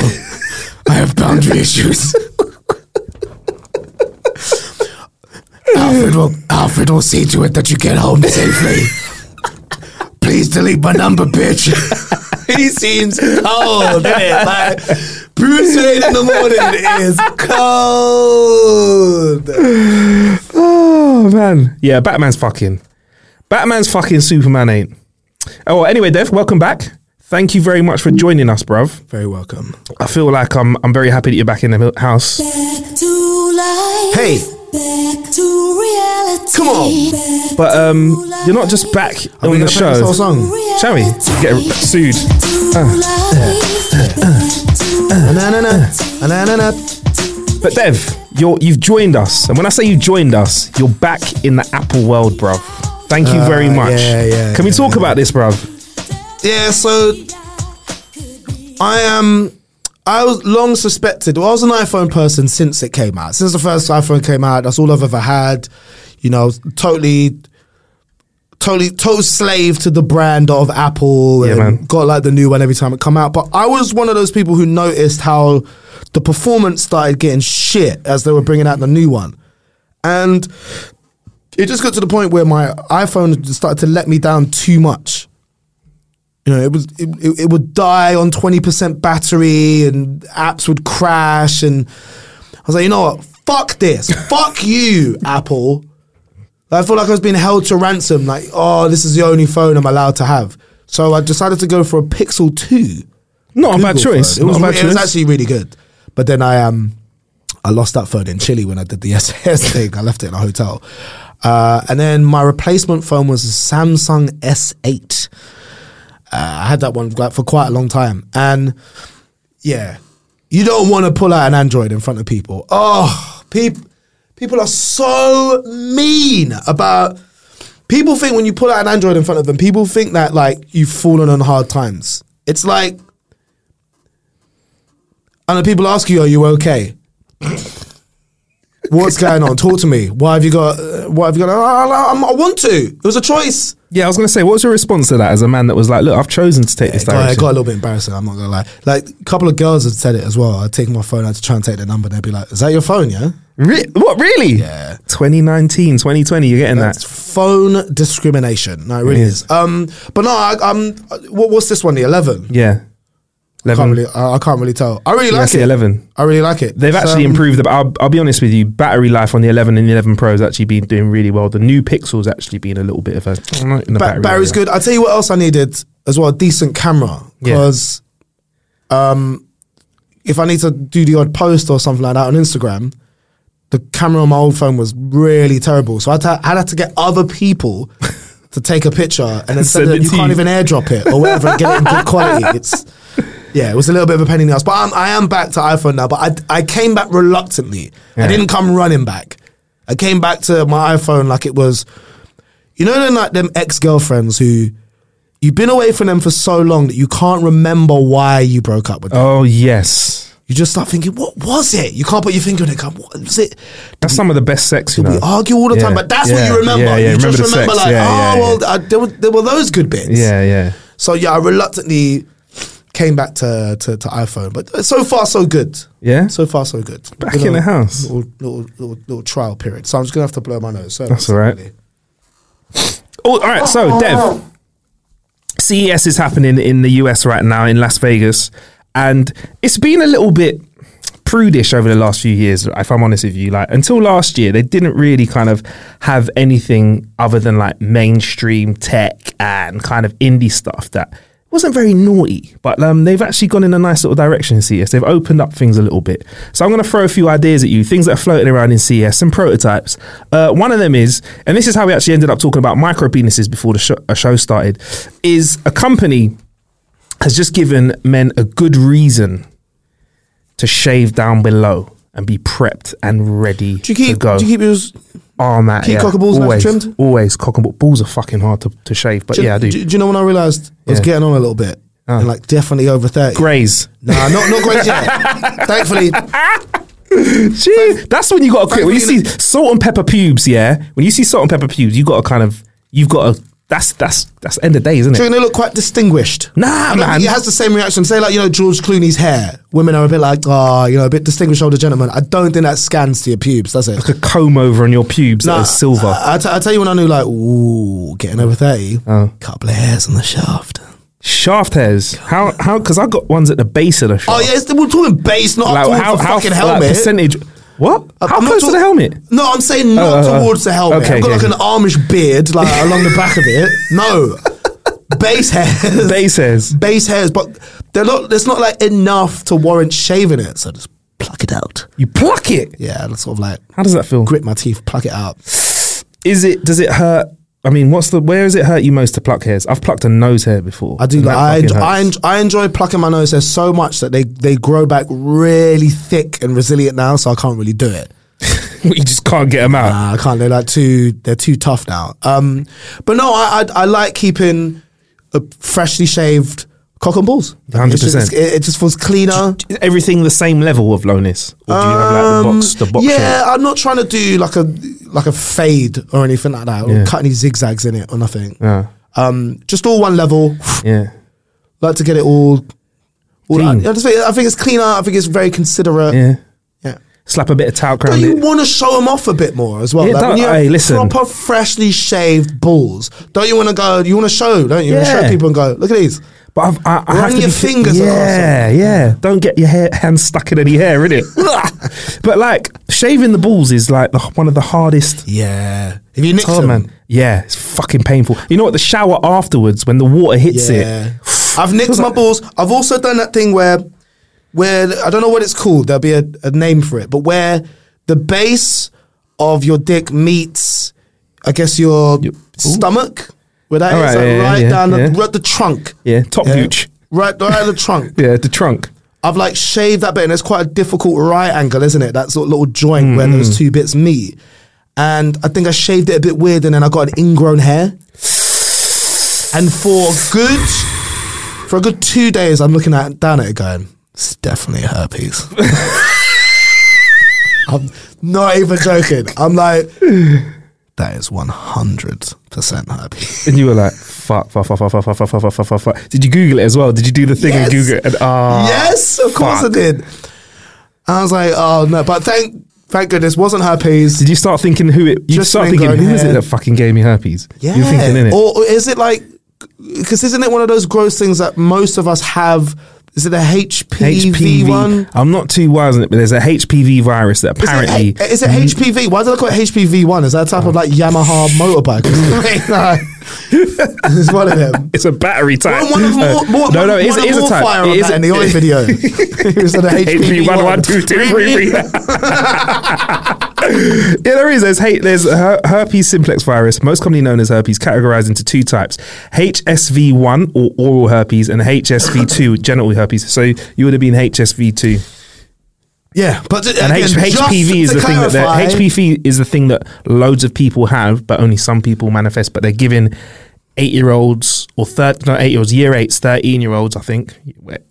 D: I have boundary issues. Alfred will Alfred will see to it that you get home safely. Please delete my number, bitch. he seems cold, innit? Like, Bruce Wayne in the morning is cold.
C: Oh man, yeah, Batman's fucking, Batman's fucking, Superman ain't. Oh, well, anyway, Dev, welcome back. Thank you very much for joining us, bruv.
D: Very welcome.
C: I feel like I'm, I'm very happy that you're back in the mil- house.
E: Back to life.
D: Hey.
E: Back to reality.
D: Come on.
E: Back
C: But um, you're not just back
D: Are we
C: on the
D: gonna play this
C: show.
D: whole song?
C: Shall we get sued?
D: Na-na-na, na-na-na.
C: But Dev, you're you've joined us, and when I say you've joined us, you're back in the Apple world, bruv. Thank you very much.
D: Uh, yeah, yeah,
C: Can we
D: yeah,
C: talk about this, bruv?
D: Yeah, so I am. I was long suspected. Well, I was an iPhone person since it came out. Since the first iPhone came out, that's all I've ever had. You know, I was totally, totally, total slave to the brand of Apple.
C: Yeah,
D: and
C: man.
D: Got like the new one every time it come out. But I was one of those people who noticed how the performance started getting shit as they were bringing out the new one, and it just got to the point where my iPhone started to let me down too much. You know, it was it, it, it would die on twenty percent battery, and apps would crash. And I was like, you know what? Fuck this. Fuck you, Apple. I felt like I was being held to ransom. Like, oh, this is the only phone I'm allowed to have. So I decided to go for a Pixel Two.
C: Not a bad
D: Google
C: choice.
D: phone. It was,
C: Not a
D: re-
C: bad
D: it was
C: choice.
D: actually really good. But then I um I lost that phone in Chile when I did the SAS thing. I left it in a hotel. Uh, and then my replacement phone was a Samsung S8. Uh, I had that one like, for quite a long time. And yeah, you don't want to pull out an Android in front of people. Oh, people. People are so mean about. People think when you pull out an Android in front of them, people think that like you've fallen on hard times. It's like, and then people ask you, "Are you okay? What's going on? Talk to me. Why have you got? Uh, why have you got? "Oh, I, I, I want to. It was a choice.
C: Yeah, I was going to say, what was your response to that as a man that was like, look, I've chosen to take this
D: It got,
C: direction?
D: it got a little bit embarrassing. I'm not gonna lie. Like a couple of girls had said it as well. I'd take my phone out to try and take their number. and They'd be like, "Is that your phone? Yeah,
C: Re- what, really?
D: Yeah.
C: 2019, 2020, you're getting
D: that's
C: that.
D: phone discrimination. No, it really
C: It
D: is.
C: is.
D: Um, but no, I, um, what, what's this one? The eleven.
C: Yeah.
D: I
C: 11.
D: can't really, I, I can't really tell. I really
C: Yeah,
D: like
C: that's the
D: it.
C: 11.
D: I really like it.
C: They've
D: It's,
C: actually
D: um,
C: improved. The, I'll, I'll be honest with you. Battery life on the 11 and the 11 Pro has actually been doing really well. The new Pixel's actually been a little bit of a. in the
D: Ba-
C: battery
D: Barry's
C: area.
D: good. I'll tell you what else I needed as well. A decent camera
C: Yeah.
D: because, um, if I need to do the odd post or something like that on Instagram, the camera on my old phone was really terrible. So I had to, I had to get other people to take a picture and then
C: Send
D: send it,
C: it
D: you
C: to
D: can't
C: you.
D: even airdrop it or whatever and get it in good quality. It's yeah, it was a little bit of a pain in the ass, but I'm, I am back to iPhone now. But I I came back reluctantly. I
C: Yeah.
D: didn't come running back. I came back to my iPhone like it was, you know, them like them ex girlfriends who you've been away from them for so long that you can't remember why you broke up with them.
C: Oh, yes.
D: You just start thinking, what was it? You can't put your finger on it. Come, what was it?
C: That's some of the best sex, you
D: We
C: know.
D: argue all the time,
C: Yeah.
D: but that's what
C: Yeah.
D: you remember.
C: Yeah, yeah.
D: You
C: Remember
D: just
C: the
D: remember
C: sex.
D: like,
C: Yeah, yeah,
D: oh
C: yeah.
D: well, I, there, were, there were those good bits.
C: Yeah, yeah.
D: So yeah, I reluctantly came back to, to, to iPhone, but uh, so far so good.
C: Yeah?
D: So far so good.
C: Back
D: Been
C: in
D: a
C: the house.
D: Little, little, little, little trial period. So I'm just gonna have to blow my nose. So
C: That's all right. Oh, all right. So, Dev, CES is happening in the US right now in Las Vegas, and it's been a little bit prudish over the last few years. If I'm honest with you, like until last year, they didn't really kind of have anything other than like mainstream tech and kind of indie stuff that wasn't very naughty. But um, they've actually gone in a nice little direction in CES. They've opened up things a little bit. So I'm going to throw a few ideas at you, things that are floating around in CES, some prototypes. Uh, one of them is, and this is how we actually ended up talking about micro penises before the sho- uh, show started, is a company has just given men a good reason to shave down below and be prepped and ready
D: Do you keep?
C: to go.
D: Do you keep yours?
C: oh, man,
D: keep
C: yeah.
D: cock and balls nice
C: always,
D: trimmed?
C: Always cock and ball. Balls are fucking hard to, to shave, but
D: do,
C: yeah, I do.
D: Do, you know when I realised I was
C: Yeah. Ah.
D: getting on a little bit and like definitely over thirty?
C: Grays.
D: Nah, not not great yet. Thankfully,
C: Gee, that's when you got to quit. When you see
D: thankfully
C: salt and pepper pubes, yeah. When you see salt and pepper pubes, you got to kind of, you've got to. That's that's that's end of day, isn't
D: they're
C: it?
D: gonna look quite distinguished.
C: Nah,
D: Look,
C: man.
D: It has the same reaction. Say like you know George Clooney's hair. Women are a bit like ah, you know, a bit distinguished older gentleman. I don't think that scans to your pubes, does it?
C: A comb over on your pubes that
D: Nah,
C: is silver.
D: I, I, t- I tell you when I knew like ooh, getting over thirty,
C: Oh.
D: couple of hairs on the shaft.
C: shaft hairs. How how? Because I got ones at the base of the shaft.
D: Oh yeah, it's, we're talking base, not like, how, fucking
C: like,
D: helmet.
C: percentage? What?
D: I'm
C: how
D: not
C: close to the
D: talk-
C: helmet?
D: No, I'm saying not
C: Oh, oh, oh.
D: towards the helmet.
C: Okay,
D: I've got
C: yeah,
D: like an Amish beard, like along the back of it. No, base hairs.
C: Base hairs.
D: base hairs, but they're not. There's not like enough to warrant shaving it. So just pluck it out.
C: You pluck it.
D: Yeah, and sort of like
C: How does that feel?
D: grit my teeth, pluck it out.
C: Is it? Does it hurt? I mean, what's the? Where does it hurt you most to pluck hairs? I've plucked a nose hair before.
D: I do.
C: and
D: Like,
C: that
D: I,
C: fucking
D: enjoy, I,
C: hurts.
D: enjoy, I enjoy plucking my nose hairs so much that they they grow back really thick and resilient now. So I can't really do it.
C: you just can't get them out.
D: Nah, I can't. They're like too. They're too tough now. Um, but no, I I, I like keeping a freshly shaved cock and balls.
C: 100%.
D: It just, it, it just feels cleaner.
C: Is everything the same level of lowness, or do you have like the box, the box?
D: Um, yeah,
C: shape?
D: I'm not trying to do like a like a fade or anything like that, or
C: Yeah.
D: cut any zigzags in it or nothing.
C: yeah,
D: Um, just all one level.
C: yeah.
D: like to get it all. all
C: Clean.
D: out. I, just think, I think it's cleaner. I think it's very considerate.
C: yeah.
D: Yeah.
C: Slap a bit of talc
D: But
C: around
D: you
C: it.
D: want to show them off a bit more as well.
C: Yeah,
D: like when
C: don't-
D: you have
C: hey, listen.
D: proper freshly shaved balls. Don't you want to go? You want to show, don't you? You want to
C: Yeah.
D: show people and go, look at these.
C: But I've, I, I
D: Run
C: have to
D: your
C: be fi-
D: fingers
C: Yeah,
D: across it.
C: yeah. Don't get your hair, hands stuck in any hair, innit? but like shaving the balls is like the, one of the hardest.
D: Yeah. If you nick
C: Oh
D: them,
C: man, yeah, it's fucking painful. You know what? The shower afterwards when the water hits
D: Yeah.
C: it.
D: I've nicked my balls. I've also done that thing where, where I don't know what it's called. There'll be a, a name for it, but where the base of your dick meets, I guess your stomach. Where that is,
C: All right,
D: like,
C: yeah,
D: right
C: yeah,
D: down the,
C: yeah.
D: right the trunk.
C: Yeah, top
D: Yeah.
C: gooch.
D: Right, right at the trunk.
C: Yeah, the trunk.
D: I've like shaved that bit, and it's quite a difficult right angle, isn't it? That sort of little joint where those two bits meet. And I think I shaved it a bit weird, and then I got an ingrown hair. And for a good, for a good two days, I'm looking at down at it going, "It's definitely herpes." I'm not even joking. I'm like, that is 100% herpes.
C: And you were like, fuck, fuck, fuck, fuck, fuck, fuck, fuck, fuck, fuck, fuck, fuck, fuck. Did you Google it as well? Did you do the thing and
D: Yes.
C: Google it? And, ah,
D: yes, of course I
C: fuck.
D: did. I was like, oh no, but thank thank goodness wasn't herpes.
C: Did you start thinking who it? You
D: Just
C: start
D: an
C: thinking
D: ingrown
C: who is it
D: hair.
C: that fucking gave me herpes?
D: Yeah.
C: You're thinking in it.
D: Or, or is it like, because isn't it one of those gross things that most of us have? Is it a HPV,
C: HPV.
D: one?
C: I'm not too wise on it, but there's a HPV virus that
D: Is it,
C: apparently. Mm-hmm.
D: is it HPV? Why do I call it HPV one? Is that a type of like Yamaha motorbike?
C: Mm.
D: it's one of them.
C: it's a battery type.
D: One, one of
C: Uh,
D: more, more,
C: no, no,
D: one
C: it's,
D: of
C: it's
D: more
C: a type.
D: fire on
C: It is
D: that in the
C: it-
D: old video. it was an HPV
C: HPV one one two two three three.
D: HPV1.
C: Yeah, there is. There's hate. There's her- herpes simplex virus, most commonly known as herpes, categorized into two types: HSV1 or oral herpes, and HSV2 genital herpes. So you would have been HSV2,
D: Yeah, but
C: and
D: again,
C: H-
D: just
C: HPV is
D: to
C: the thing that
D: clarify-
C: that HPV is the thing that loads of people have, but only some people manifest. But they're given eight-year-olds or third, no, eight-year-olds, year eights, thirteen-year-olds, I think,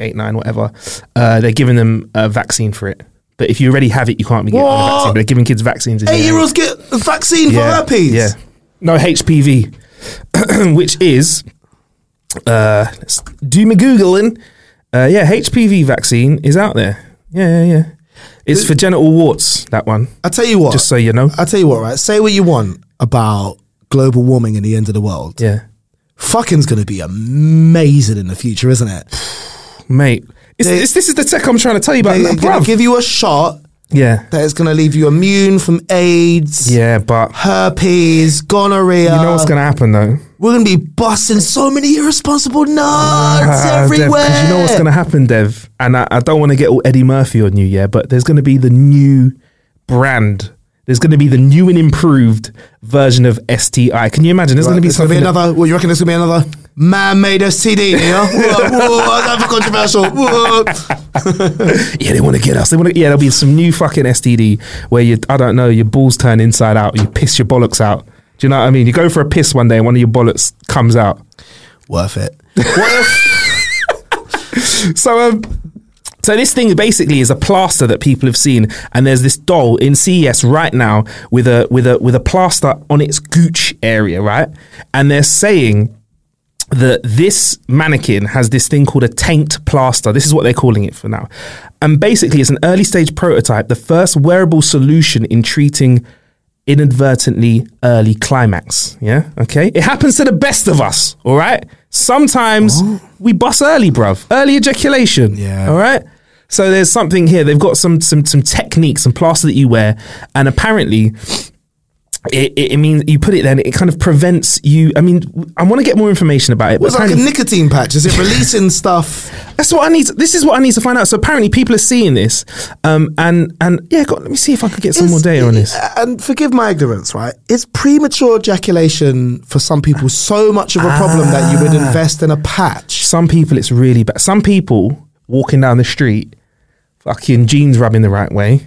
C: eight, nine, whatever. Uh, they're giving them a vaccine for it. But if you already have it, you can't be getting a vaccine.
D: What?
C: But they're giving kids vaccines. in
D: Eight
C: year
D: year olds get a vaccine
C: yeah,
D: for herpes.
C: Yeah. No, HPV, which is, uh, let's do me Googling. Uh, yeah, HPV vaccine is out there. Yeah, yeah, yeah. It's for genital warts, that one,
D: I tell you what.
C: just so you know.
D: I tell you what, right? Say what you want about global warming and the end of the world.
C: Yeah.
D: Fucking's going to be amazing in the future, isn't
C: Uh,
D: it?
C: Mate, it's,
D: They-
C: it's, this is the tech I'm trying to tell you about,
D: They're
C: bruv.
D: going to give you a shot
C: yeah.
D: that is going to leave you immune from AIDS,
C: Yeah, but
D: herpes, gonorrhea.
C: you know what's going to happen, though?
D: We're going to be busting so many irresponsible nuts
C: Ah, Dev,
D: everywhere.
C: you know what's going to happen, Dev. And I, I don't want to get all Eddie Murphy on you, yeah, but there's going to be the new brand. There's going to be the new and improved version of STI. Can you imagine? There's going to be
D: It's gonna be
C: something. that-
D: another. Well, you reckon it's gonna be another man-made STD? Yeah, whoa, whoa, that's controversial. Whoa.
C: yeah, they want to get us. They want to. Yeah, there'll be some new fucking STD where you, I don't know, your balls turn inside out. You piss your bollocks out. Do you know what I mean? You go for a piss one day and one of your bollocks comes out.
D: Worth it. What if?
C: So um so this thing basically is a plaster that people have seen, and there's this doll in CES right now with a with a with a plaster on its gooch area, right? And they're saying that this mannequin has this thing called a taint plaster. This is what they're calling it for now. And basically, it's an early stage prototype, the first wearable solution in treating inadvertently early climax. Yeah. Okay. It happens to the best of us. All right. Sometimes we bust early, bruv. Early ejaculation.
D: Yeah.
C: All right. So there's something here. They've got some some some techniques, some plaster that you wear, and apparently it, it, it means you put it then it kind of prevents you i mean i want to get more information about it but
D: It's like a
C: apparently-
D: nicotine patch. Is it releasing stuff?
C: that's what i need this is what i need to find out so apparently people are seeing this um and and yeah God, let me see if i could get some more
D: Is-
C: data on this
D: And forgive my ignorance, right? Is premature ejaculation for some people so much of a problem that you
C: Ah.
D: would invest in a patch?
C: some people it's really bad some people walking down the street fucking jeans rubbing the right way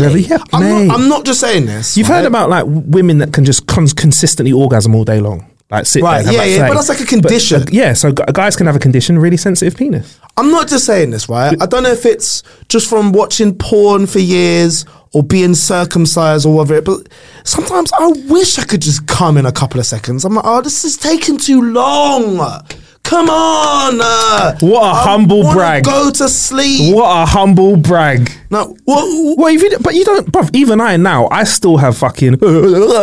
D: Really?
C: Yeah,
D: I'm,
C: mate.
D: not, I'm not just saying this.
C: you've
D: right?
C: heard about like women that can just cons- consistently orgasm all day long like sit there
D: Right,
C: and have,
D: yeah,
C: like,
D: yeah,
C: sex.
D: but that's like a condition.
C: uh, yeah so gu- guys can have a condition really sensitive penis
D: I'm not just saying this, right? I don't know if it's just from watching porn for years or being circumcised or whatever, but sometimes I wish I could just come in a couple of seconds. I'm like, oh, this is taking too long. Come on. uh,
C: What a
D: I
C: humble
D: wanna
C: brag.
D: Go to sleep.
C: what a humble brag
D: No, what,
C: Well, if you, but you don't, bruv, even I now, I still have fucking.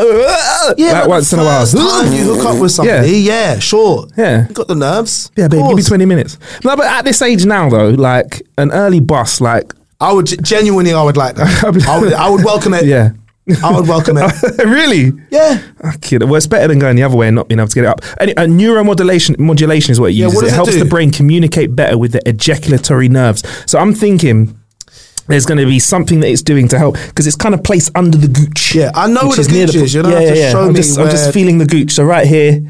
D: yeah,
C: like
D: but
C: once
D: the
C: in a while.
D: first time you hook up with somebody, yeah, sure.
C: Yeah.
D: You got the nerves.
C: yeah,
D: of
C: babe, give me
D: course.
C: 20 minutes. No, but at this age now, though, like an early bus, like,
D: I would genuinely, I would like that. I would, I would welcome it.
C: yeah.
D: I would welcome it.
C: really?
D: Yeah.
C: Okay, well, it's better than going the other way and not being able to get it up. And, and neuromodulation modulation is what it
D: Yeah,
C: uses.
D: what does
C: it
D: it
C: helps
D: do?
C: the brain communicate better with the ejaculatory nerves. So I'm thinking there's going to be something that it's doing to help because it's kind of placed under the gooch.
D: Yeah, I know
C: which
D: where the
C: near
D: gooch is. You don't
C: yeah,
D: have to
C: yeah, yeah.
D: show
C: I'm
D: me
C: Just, I'm
D: where-
C: just feeling the gooch. So right here.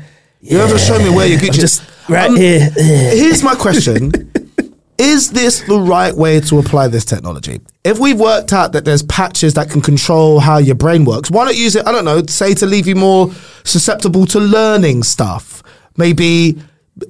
D: You have to show me where your
C: I'm
D: Gucci is.
C: just right
D: Um,
C: here.
D: Here's my question. Is this the right way to apply this technology? If we've worked out that there's patches that can control how your brain works, why not use it? I don't know, say to leave you more susceptible to learning stuff. Maybe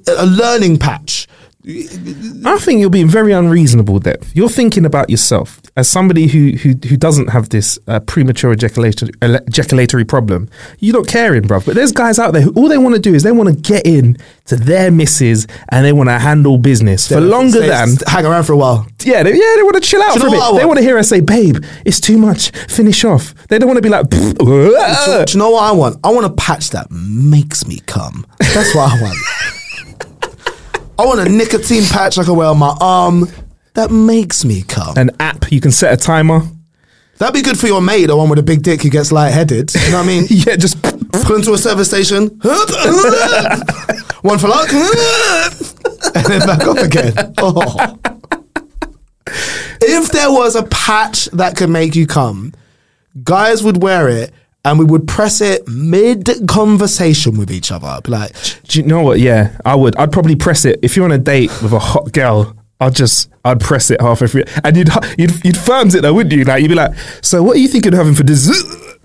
D: a a learning patch.
C: I think you're being very unreasonable, Dev. You're thinking about yourself as somebody who who, who doesn't have this uh, premature ejaculatory, ele- ejaculatory problem. You don't care in, bruv. But there's guys out there who all they want to do is they want to get in to their misses and they want to handle business for longer
D: Say-
C: than
D: hang around for a while.
C: yeah, they, yeah, they want to chill out
D: Do you
C: for a bit.
D: know what I
C: They
D: want?
C: want to hear us say, "Babe, it's too much. Finish off." They don't want to be like,
D: Do, do you know what I want? I want a patch that makes me come. That's what I want. I want a nicotine patch I can wear on my arm that makes me come.
C: an app you can set a timer.
D: That'd be good for your mate, the one with a big dick who gets lightheaded. You know what I mean?
C: Yeah, just
D: Put into a service station. one for luck. and then back up again. Oh. If there was a patch that could make you come, guys would wear it and we would press it mid conversation with each other. Be like,
C: Do you know what? Yeah, I would. I'd probably press it if you're on a date with a hot girl. I'd just, I'd press it half every, and you'd, you'd, you'd firms it though, wouldn't you? Like you'd be like, so what are you thinking of having for dessert?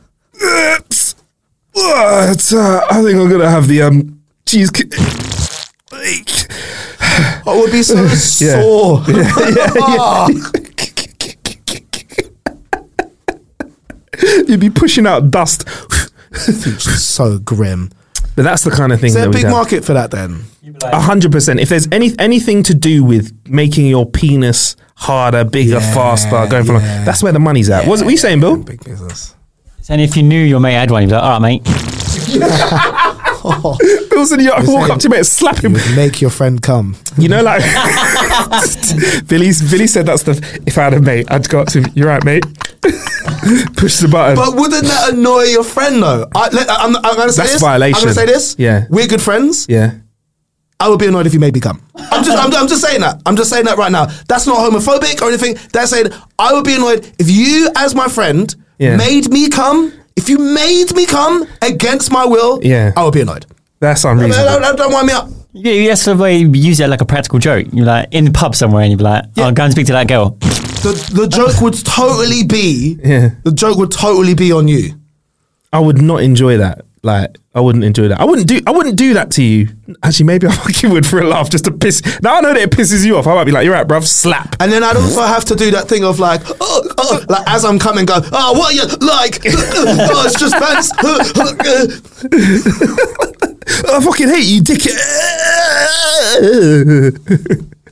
C: Uh, it's, uh, I think I'm gonna have the um cheesecake.
D: I "Oh, would be so sore.
C: You'd be pushing out dust,
D: Future's so grim.
C: but that's the kind of thing.
D: Is there
C: that
D: a
C: we
D: big
C: don't-
D: market for that then?
B: You'd be like,
C: A hundred percent. If there's any anything to do with making your penis harder, bigger, faster, going for long, that's where the money's at. What's, what are you saying, Bill?
D: Big business.
B: and if you knew your mate had one, you'd be like, all right, mate.
C: Bill's in the yard, walk
D: saying-
C: up to him and slap
D: You
C: him.
D: would make your friend come.
C: You know, like Billy's. Billy said that stuff. If I had a mate, I'd go up to him. You're right, mate. Push the button.
D: But wouldn't that annoy your friend though? I, let, I'm, I'm gonna say
C: That's
D: this.
C: violation.
D: I'm gonna say this.
C: Yeah.
D: we're good friends.
C: yeah.
D: I would be annoyed if you made me come. I'm just, I'm, I'm just saying that. I'm just saying that right now. That's not homophobic or anything. That's saying I would be annoyed if you, as my friend,
C: Yeah.
D: made me come. If you made me come against my will,
C: Yeah.
D: I would be annoyed.
C: That's
D: No,
C: unreasonable.
D: no, no, don't wind me up.
B: Yeah, that's the way you use it like a practical joke. You're like in the pub somewhere and you'd be like, oh, go and speak to that girl.
D: The, the joke would totally be.
C: Yeah.
D: The joke would totally be on you.
C: I would not enjoy that. Like, I wouldn't enjoy that. I wouldn't do. I wouldn't do that to you. Actually, maybe I fucking would for a laugh, just to piss. Now I know that it pisses you off. I might be like, "You're right, bruv. Slap."
D: And then I'd also have to do that thing of like, oh, oh, like as I'm coming, go, oh, what are you like? oh, it's just pants. Uh,
C: I fucking hate you, dickhead.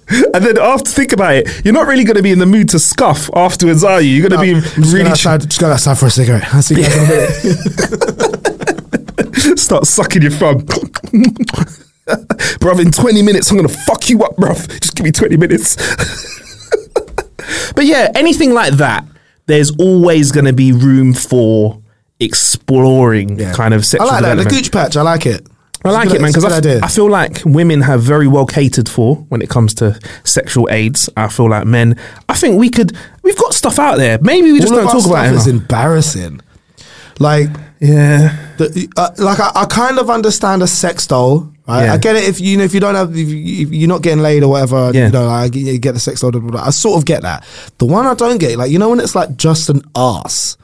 C: and then after, think about it. You're not really going to be in the mood to scuff afterwards, are you? You're going to be really tr-
D: just go outside for a cigarette. I'll see you guys in a minute.
C: start sucking your thumb. bruv, in 20 minutes, I'm going to fuck you up, bruv. Just give me 20 minutes. but yeah, anything like that, there's always going to be room for exploring kind of
D: I
C: sexual
D: like that. The
C: development.
D: gooch patch. I like it.
C: I like it, man, because I, f- I feel like women have very well catered for when it comes to sexual aids. I feel like men, I think we could, we've got stuff out there. Maybe we just don't talk about it.
D: It's
C: enough.
D: embarrassing. Like,
C: yeah.
D: the, uh, like I, I kind of understand a sex doll. Right?
C: Yeah.
D: I get it if you know if you don't have if, you, if you're not getting laid or whatever.
C: Yeah.
D: You know, like, you get the sex doll. Blah, blah, blah. I sort of get that. The one I don't get, like you know, when it's like just an ass.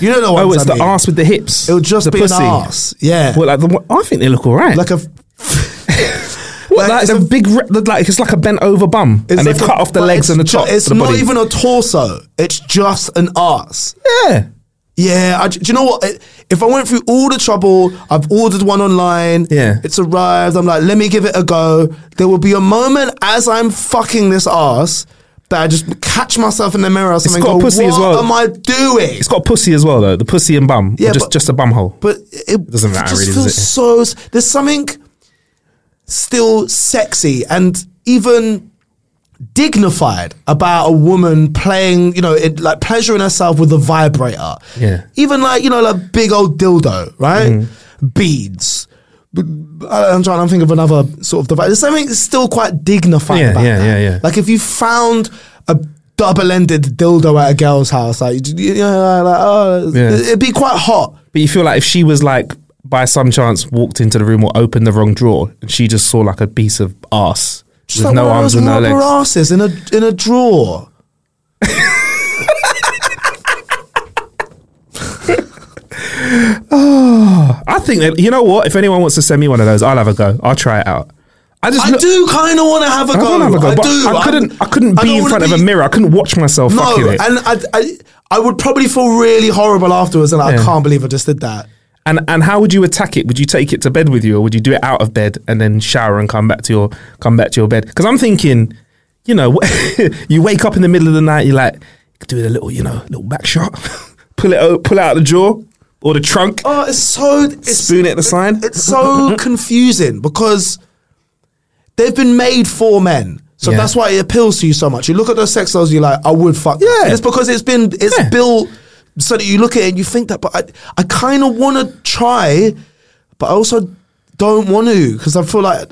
D: You know the one.
C: Oh, it's the ass with the hips.
D: It would just
C: the
D: be an ass. Yeah.
C: Well, like the, one- I think they look all right.
D: like a.
C: What, like
D: it's
C: the
D: a-
C: big, re- the- like it's like a bent over bum, and
D: it's
C: they've
D: like a-
C: cut off the
D: but
C: legs
D: it's
C: and the
D: ju-
C: top.
D: It's
C: of the
D: not
C: body.
D: even a torso. It's just an ass.
C: Yeah.
D: Yeah, I, do you know what? It- If I went through all the trouble, I've ordered one online.
C: Yeah.
D: it's arrived. I'm like, let me give it a go. There will be a moment as I'm fucking this ass that I just catch myself in the mirror. Or something,
C: got a
D: go,
C: pussy as
D: what
C: well.
D: Am I doing?
C: It's got a pussy as well though. The pussy and bum.
D: Yeah,
C: Yeah, just
D: but-
C: just a bum hole.
D: But it
C: Doesn't matter
D: Just
C: really, does
D: feels
C: it?
D: so. s- There's something still sexy and even dignified about a woman playing, you know, it, like pleasuring herself with a vibrator.
C: Yeah.
D: Even like you know, like big old dildo, right?
C: Mm-hmm.
D: Beads. B- I- I'm trying to think of another sort of device. There's something still quite dignified
C: Yeah,
D: about
C: yeah,
D: that.
C: yeah, yeah.
D: Like if you found a double-ended dildo at a girl's house, like you know, like, oh,
C: Yeah.
D: it'd be quite hot.
C: But you feel like if she was like by some chance walked into the room or opened the wrong drawer and she just saw like a piece of ass,
D: Just
C: With
D: like
C: no
D: one of
C: arms
D: those
C: and no
D: rubber
C: legs.
D: asses in a in a drawer.
C: I think that you know what? If anyone wants to send me one of those, I'll have a go. I'll try it out. I just
D: I
C: look-
D: do kind of want to have a
C: I
D: go.
C: don't have a go,
D: I
C: but
D: do.
C: I couldn't. I couldn't
D: don't
C: be in
D: wanna
C: front of a
D: be-
C: mirror. I couldn't watch myself fucking
D: No,
C: it.
D: and I, I I would probably feel really horrible afterwards, and like,
C: Yeah.
D: I can't believe I just did that.
C: And and how would you attack it? Would you take it to bed with you, or would you do it out of bed and then shower and come back to your come back to your bed? Because I'm thinking, you know, you wake up in the middle of the night, you're like, do it a little, you know, little back shot, pull it out, pull out the jaw or the trunk.
D: Oh, it's so it's,
C: Spoon it at the side?
D: It's so confusing because they've been made for men. So
C: Yeah.
D: that's why it appeals to you so much. You look at those sex dolls, you're like, I would fuck. that.
C: Yeah.
D: And it's because it's been it's
C: Yeah.
D: built so that you look at it and you think that. But I I kind of want to try, but I also don't want to because I feel like,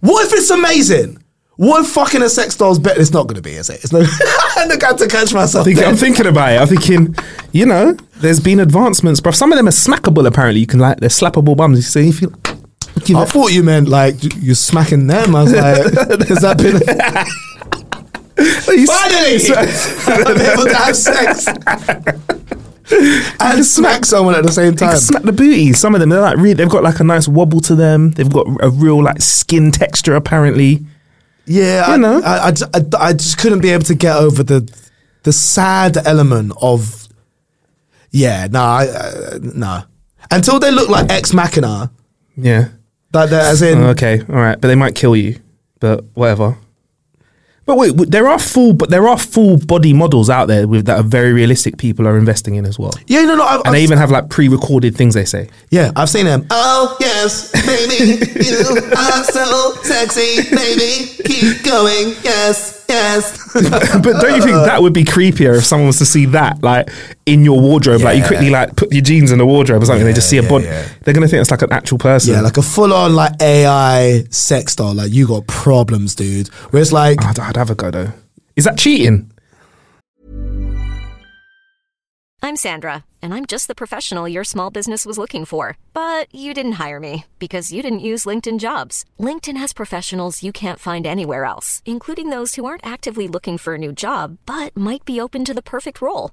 D: what if it's amazing? What if fucking a sex doll's better? It's not going to be, is it? It's not. I got to catch myself.
C: Think-
D: there.
C: I'm thinking about it. I'm thinking, you know, there's been advancements, bruv. Some of them are smackable. Apparently, you can like they're slappable bums. So you feel. Give
D: I
C: it-
D: thought you meant like y- you're smacking them. I was like, has that been
C: you
D: finally? I'm able to have sex and smack someone at the same
C: They
D: time.
C: smack the booty. Some of them, they're like really, they've got like a nice wobble to them. They've got a real like skin texture apparently.
D: Yeah, I,
C: You know.
D: I, I j- I d- I just couldn't be able to get over the the sad element of yeah, no, nah, I- uh, nah. Until they look like ex machina,
C: Yeah.
D: like they're- as in
C: Okay. All right. But they might kill you. But whatever. But wait, w- there are full, but there are full body models out there with that are very realistic. People are investing in as well,
D: yeah, no, no, I've,
C: and
D: I've,
C: they even have like pre-recorded things they say.
D: yeah, I've seen them. Oh yes, baby, you are so sexy, baby, keep going, yes, yes.
C: but don't you think that would be creepier if someone was to see that, like in your wardrobe, like you quickly like put your jeans in the wardrobe or something, and they just see a body. They're gonna think it's like an actual person.
D: Yeah, like a full on like AI sex doll. Like you got problems, dude. Where it's like
C: Oh, I'd, I'd have a go though. Is that cheating?
F: I'm Sandra, and I'm just the professional your small business was looking for. But you didn't hire me because you didn't use LinkedIn jobs. LinkedIn has professionals you can't find anywhere else, including those who aren't actively looking for a new job but might be open to the perfect role,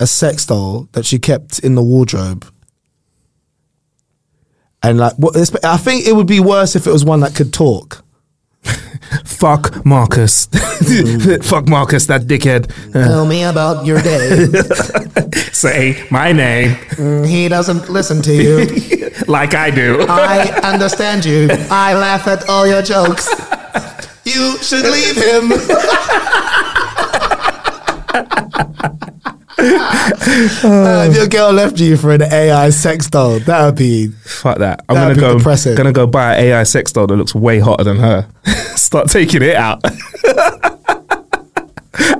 D: a sex doll that she kept in the wardrobe, and like, what, it's- I think it would be worse if it was one that could talk.
C: Fuck Marcus. Fuck Marcus, that dickhead. Uh,
D: Tell me about your day.
C: say my name
D: he doesn't listen to you.
C: like I do.
D: I understand you. I laugh at all your jokes. You should leave him. Uh, if your girl left you for an AI sex doll, that would be.
C: Fuck that. I'm
D: That'd
C: gonna
D: be
C: go.
D: depressing.
C: Gonna go buy an AI sex doll that looks way hotter than her. Start taking it out.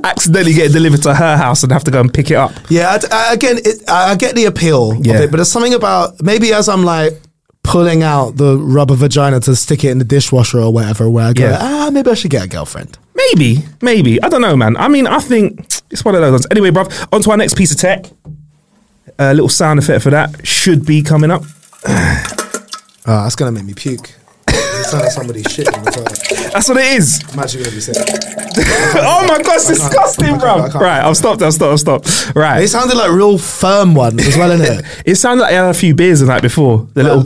C: Accidentally get it delivered to her house and have to go and pick it up.
D: Yeah, I d- I- again, it, I I get the appeal
C: Yeah.
D: of it, but there's something about maybe as I'm like pulling out the rubber vagina to stick it in the dishwasher or whatever, where I go,
C: Yeah.
D: ah, maybe I should get a girlfriend.
C: Maybe, maybe. I don't know, man. I mean, I think it's one of those ones. Anyway, bruv, on to our next piece of tech. A little sound effect for that should be coming up.
D: Oh,
C: Uh,
D: that's gonna make me puke. It sounds like somebody's shit in the toilet.
C: That's what it is.
D: I'm actually gonna be sick.
C: oh my god, it's disgusting, bro. Right, I'll stop. I'll stop. I'll stop. Right.
D: It sounded like real firm ones as well, innit?
C: it sounded like I had a few beers the night before. The little,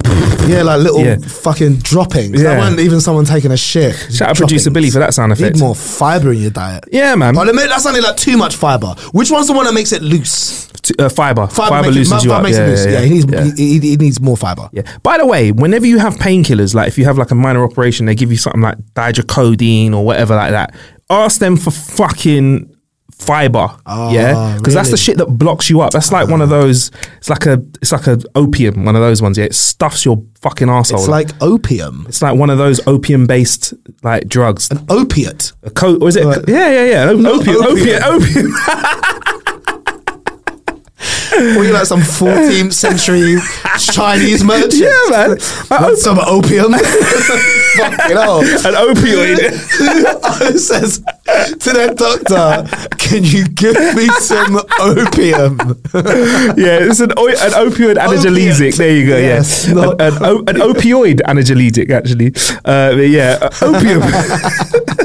D: yeah, like little
C: Yeah.
D: fucking droppings.
C: Yeah.
D: That wasn't even someone taking a shit.
C: Shout out producer Billy for that sound
D: You
C: effect.
D: Need more fiber in your diet.
C: Yeah, man.
D: Oh, admit that sounded like too much fiber. Which one's the one that makes it loose?
C: T- uh, fiber. Fiber,
D: makes it-
C: loosens you
D: fiber
C: up.
D: makes it
C: Yeah,
D: loose.
C: yeah, yeah.
D: he needs
C: Yeah.
D: He, he, he needs more fiber.
C: Yeah. By the way, whenever you have painkillers, like if you have like a minor operation, they give you something like digycodine or whatever like that. Ask them for fucking fiber. yeah, because that's the
D: Ah, really? Ah.
C: shit that blocks you up. That's like one of those. It's like a. It's like a opium. One of those ones. Yeah, it stuffs your fucking asshole.
D: It's like opium.
C: It's like one of those opium based like drugs. An
D: opiate.
C: A co- or is it?
D: Right.
C: yeah, yeah, yeah. An
D: Uh, No,
C: opiate,
D: opiate.
C: opiate, opiate.
D: Were you like some 14th century Chinese merchant? Yeah,
C: man.
D: Want some opium? Fucking hell.
C: An
D: opioid. says to their doctor, can you give me some opium?
C: yeah, it's an, o- an opioid analgesic. There you go.
D: Yes,
C: Yes,
D: not-
C: an, an, o- an opioid analgesic actually. Uh, but yeah, uh, opium.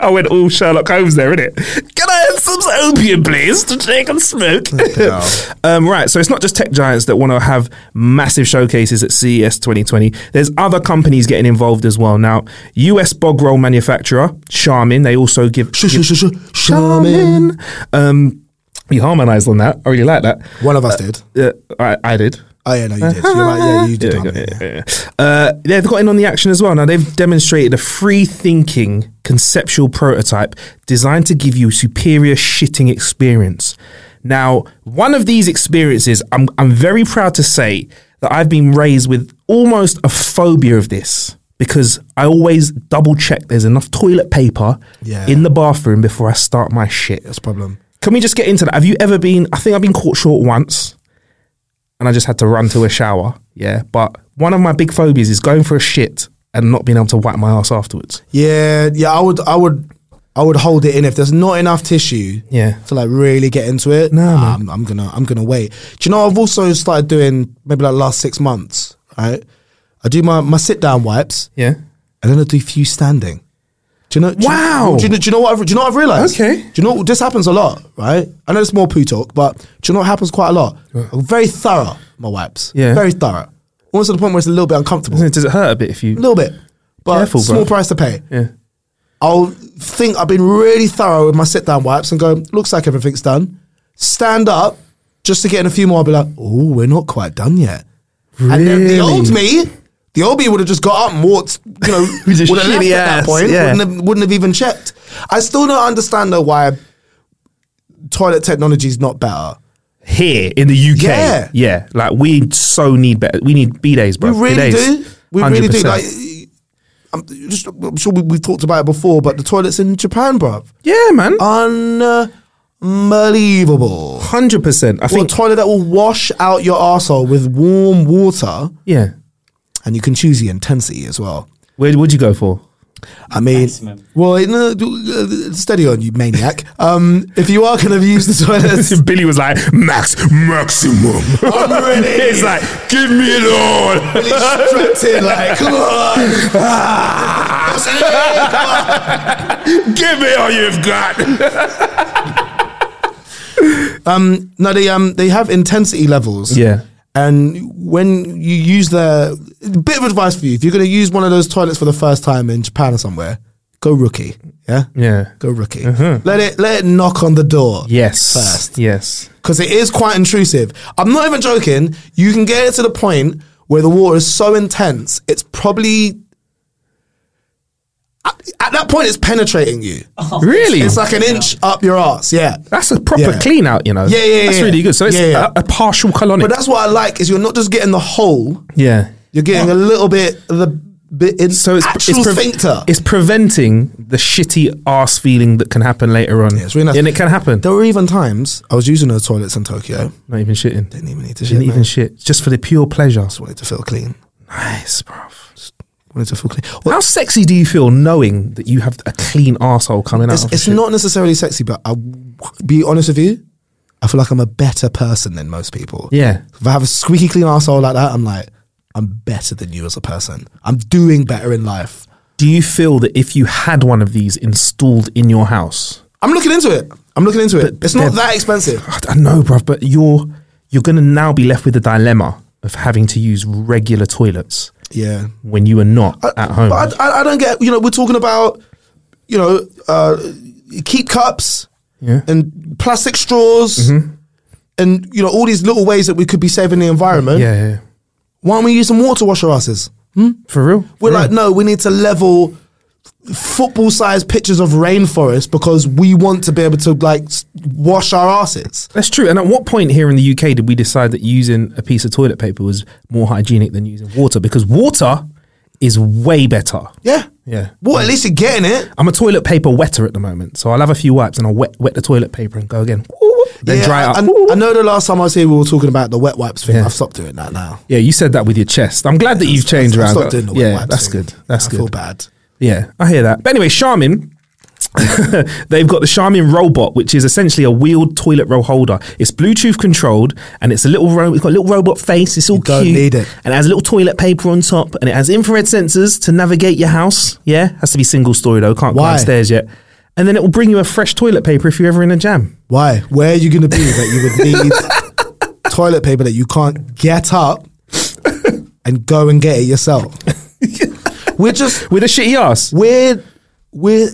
C: I went all Sherlock Holmes there, innit? Can I have some opium, please, to take and smoke? um, right, so it's not just tech giants that want to have massive showcases at E CES 2020. There's other companies getting involved as well. Now, US bog roll manufacturer Charmin, they also give, give Charmin. Um, you harmonised on that. I really like that.
D: One of us did.
C: Yeah, I, I did.
D: Oh, yeah, no, you did. You're right. Yeah, you did.
C: Yeah,
D: Harmony.
C: yeah, yeah, yeah. Uh, they've got in on the action as well. Now they've demonstrated a free thinking conceptual prototype designed to give you superior shitting experience. Now, one of these experiences, I'm I'm very proud to say that I've been raised with almost a phobia of this because I always double check there's enough toilet paper
D: Yeah.
C: in the bathroom before I start my shit.
D: That's a problem.
C: Can we just get into that? Have you ever been? I think I've been caught short once, and I just had to run to a shower. Yeah, but one of my big phobias is going for a shit and not being able to wipe my ass afterwards.
D: Yeah, yeah, I would, I would, I would hold it in if there's not enough tissue.
C: Yeah.
D: to like really get into it. No, I'm, I'm gonna, I'm gonna wait. Do you know? I've also started doing maybe like last six months. Right, I do my my sit down wipes.
C: Yeah.
D: and then I do a few standing. Do you know? do you-
C: Wow.
D: Do you, know- do you know what? I've, do you know what I've realized?
C: Okay.
D: Do you know this happens a lot, right? I know it's more poo talk, but do you know what happens quite a lot? I'm very thorough. My wipes.
C: Yeah.
D: Very thorough. Almost to the point where it's a little bit uncomfortable.
C: Does it, does it hurt a bit if you?
D: A little bit, but
C: Careful, bro.
D: small price to pay.
C: Yeah.
D: I'll think I've been really thorough with my sit down wipes and go, looks like everything's done. Stand up just to get in a few more. I'll be like, oh, we're not quite done yet. And then the old me, the old me would have just got up and walked, you know,
C: We just
D: would have left
C: shitty
D: at that
C: ass,
D: point,
C: yeah.
D: wouldn't, have, wouldn't have even checked. I still don't understand though why toilet technology is not better.
C: Here in the UK,
D: Yeah.
C: yeah, like we so need better. We need b days,
D: We
C: bro.
D: really
C: B-days,
D: do. We really do.
C: 100%.
D: Like, I'm, just, I'm sure we, we've talked about it before, but the toilets in Japan, bruv.
C: yeah, man,
D: Uh, Unbelievable.
C: hundred percent. I
D: Or a
C: think,
D: toilet that will wash out your arsehole with warm water,
C: yeah.
D: and you can choose the intensity as well.
C: Where would you go for?
D: I mean, well, no, do- uh, steady on, you maniac. Um, if you are going to use the toilet,
C: Billy was like max maximum.
D: I'm ready.
C: He's like, give me it all.
D: really strapped in, like, come on. Ah.
C: Give me all you've got.
D: no, they um they have intensity levels.
C: Yeah.
D: And when you use the bit of advice for you, if you're going to use one of those toilets for the first time in Japan or somewhere, go rookie. Yeah.
C: Yeah.
D: Go rookie. Let it let it knock on the door.
C: Yes.
D: First.
C: Yes.
D: because it is quite intrusive. I'm not even joking. You can get it to the point where the water is so intense, it's probably at, at that point it's penetrating you.
C: Really?
D: It's like an inch up your arse. Yeah.
C: that's a proper
D: Yeah.
C: clean out, you know.
D: Yeah, yeah, yeah,
C: That's
D: yeah.
C: really good. So it's
D: Yeah, yeah.
C: A, a partial colonic.
D: But that's what I like is you're not just getting the whole,
C: yeah.
D: you're getting a little bit of the bit in
C: So it's
D: actual
C: it's, pre-
D: sphincter.
C: it's preventing the shitty ass feeling that can happen later on.
D: Yeah, it's really nice.
C: And it can happen.
D: there were even times I was using the toilets in Tokyo.
C: Not even shitting.
D: Didn't even need to shit.
C: Didn't even
D: man.
C: shit. Just for the pure pleasure.
D: Just wanted to feel clean.
C: Nice, bro.
D: Wanted to feel clean. Well,
C: How sexy do you feel knowing that you have a clean asshole coming out?
D: It's,
C: of a
D: it's
C: shit?
D: not necessarily sexy, but I'll be honest with you. I feel like I'm a better person than most people.
C: Yeah.
D: If I have a squeaky clean asshole like that, I'm like, I'm better than you as a person. I'm doing better in life.
C: Do you feel that if you had one of these installed in your house,
D: I'm looking into it. I'm looking into it. It's not that expensive.
C: I know, bruv, but you're you're going to now be left with the dilemma of having to use regular toilets
D: Yeah.
C: when you are not at home.
D: But I, I, I don't get. You know, we're talking about, you know, uh, keep cups
C: Yeah.
D: and plastic straws,
C: Mm-hmm.
D: and you know all these little ways that we could be saving the environment.
C: yeah, yeah, yeah.
D: Why don't we use some water to wash our asses? Hmm?
C: for real.
D: We're like, no, we need to level football-sized pictures of rainforest because we want to be able to like s- wash our asses.
C: That's true. And at what point here in the UK did we decide that using a piece of toilet paper was more hygienic than using water? Because water is way better.
D: Yeah.
C: Yeah.
D: Well, at least you're getting it.
C: I'm a toilet paper wetter at the moment, so I'll have a few wipes and I'll wet, wet the toilet paper and go again. Then
D: Yeah,
C: dry it up.
D: I, I know the last time I was here, we were talking about the wet wipes thing.
C: Yeah.
D: I've stopped doing that now.
C: yeah, you said that with your chest. I'm glad that you've changed
D: I've
C: around.
D: stopped doing the wet
C: yeah,
D: wipes
C: that's
D: thing.
C: good. That's
D: I
C: good.
D: feel bad.
C: Yeah, I hear that. But anyway, Charmin. They've got the Charmin robot, which is essentially a wheeled toilet roll holder. It's Bluetooth controlled, and it's a little. Ro- it's got a little robot face. It's all
D: You don't
C: cute.
D: need it.
C: And it has a little toilet paper on top, and it has infrared sensors to navigate your house. Yeah, has to be single story though. Can't
D: Why?
C: climb stairs yet. And then it will bring you a fresh toilet paper if you're ever in a jam.
D: Why? Where are you going to be that you would need toilet paper that you can't get up and go and get it yourself? We're just
C: With a shitty ass.
D: we're we're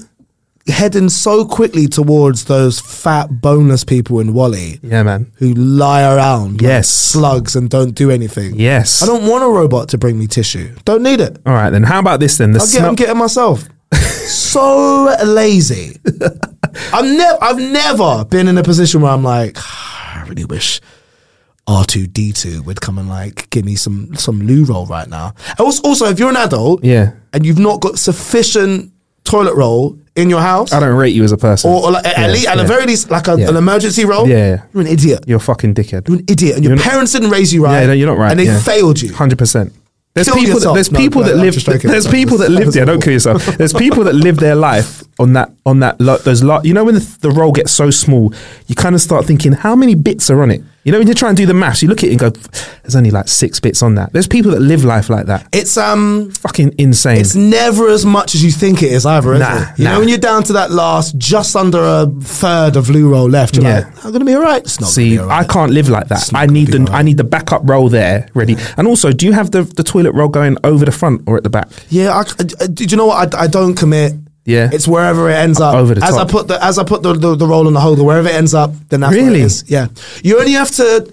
D: heading so quickly towards those fat boneless people in Wally
C: Yeah, man.
D: who lie around like
C: Yes.
D: slugs and don't do anything.
C: Yes.
D: I don't want a robot to bring me tissue. Don't need it.
C: All right then. How about this then? The
D: I'll get, I'm
C: smell-
D: getting myself. so lazy. I'm never. I've never been in a position where I'm like, "Ah, I really wish R two D two would come and like give me some some loo roll right now. And Also, also, if you're an adult
C: yeah.
D: and you've not got sufficient toilet roll in your house,
C: I don't rate you as a person.
D: or, or like, at,
C: Yeah,
D: least, at
C: yeah.
D: the very least, like a,
C: Yeah.
D: an emergency roll,
C: Yeah, yeah.
D: you're an idiot.
C: You're a fucking dickhead.
D: You're an idiot, and your
C: You're not-
D: parents didn't raise you right.
C: Yeah, no, you're not right.
D: and they
C: yeah.
D: failed you.
C: Hundred percent. There's
D: Kill
C: people. That,
D: yourself.
C: there's
D: No,
C: people
D: no,
C: that
D: I'm
C: live.
D: just joking.
C: There's people that live. Yeah, don't kill yourself. There's people that live their life on that. On that. Lo- those. Lo- you know when the, the roll gets so small, you kind of start thinking, how many bits are on it? You know when you try and do the maths, you look at it and go, there's only like six bits on that. There's people that live life like that.
D: It's um.
C: Fucking insane.
D: It's never as much as you think it is either, is
C: Nah,
D: it? You
C: nah.
D: know, when you're down to that last, just under a third of loo roll left, you're
C: Yeah.
D: like, I'm going to be all right. It's not
C: See,
D: gonna be all right.
C: I can't live like that. I need the I need the backup roll there ready. And also, do you have the, the toilet roll going over the front or at the back?
D: Yeah, I, I- I- do you know what? I, I don't commit.
C: Yeah.
D: It's wherever it ends up.
C: Over the
D: as
C: top.
D: I put the as I put the, the, the roll on the holder, wherever it ends up, then that's where
C: Really?
D: it is. Yeah. You only have to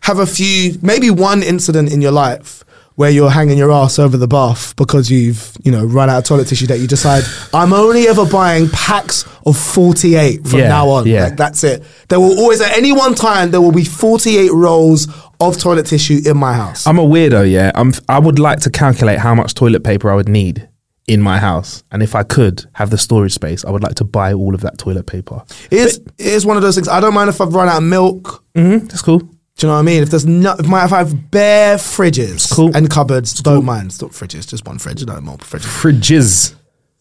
D: have a few, maybe one incident in your life where you're hanging your ass over the bath because you've you know run out of toilet tissue that you decide I'm only ever buying packs of 48 from
C: Yeah,
D: now on.
C: yeah.
D: Like, that's it. There will always at any one time there will be 48 rolls of toilet tissue in my house.
C: I'm a weirdo, yeah. I'm. I would like to calculate how much toilet paper I would need in my house, and if I could have the storage space, I would like to buy all of that toilet paper.
D: It is, it is one of those things. I don't mind if I've run out of milk.
C: Mm-hmm, that's cool.
D: Do you know what I mean? If there's not, if, my, if I have bare fridges
C: cool.
D: and cupboards, don't mind. It's not fridges, just one fridge. I don't mind fridges.
C: Fridges.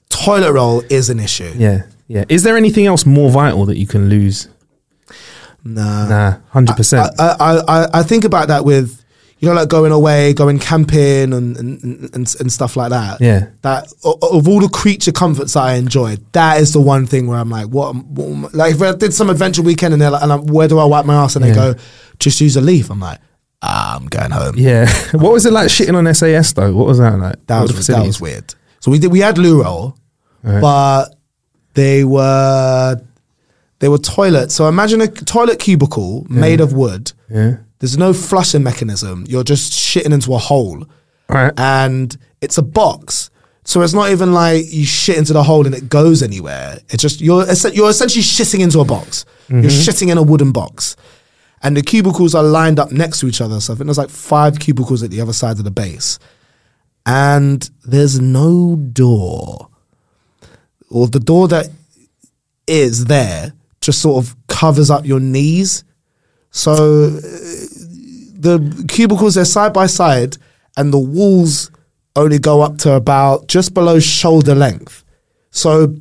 D: Toilet roll is an issue.
C: Yeah, yeah. Is there anything else more vital that you can lose?
D: Nah.
C: Nah, hundred
D: I,
C: percent.
D: I, I, I think about that with, you know, like going away, going camping and and, and, and stuff like that.
C: Yeah.
D: That o- of all the creature comforts that I enjoy, that is the one thing where I'm like, what? am- what am I- like if I did some adventure weekend and they're like, and I'm, where do I wipe my ass? And they
C: Yeah.
D: go, just use a leaf. I'm like, ah, I'm going home.
C: Yeah. what was it like shitting on SAS though? What was that like?
D: That
C: What were
D: was
C: the
D: that was
C: facilities?
D: weird. So we did we had loo roll, but they were they were toilets. So imagine a toilet cubicle made of wood.
C: Yeah.
D: There's no flushing mechanism. You're just shitting into a hole,
C: Right.
D: and it's a box. So it's not even like you shit into the hole and it goes anywhere. It's just you're essen- you're essentially shitting into a box. You're shitting in a wooden box, and the cubicles are lined up next to each other. So I think there's like five cubicles at the other side of the base and there's no door, or the door that is there just sort of covers up your knees. So uh, the cubicles are side by side, and the walls only go up to about just below shoulder length. So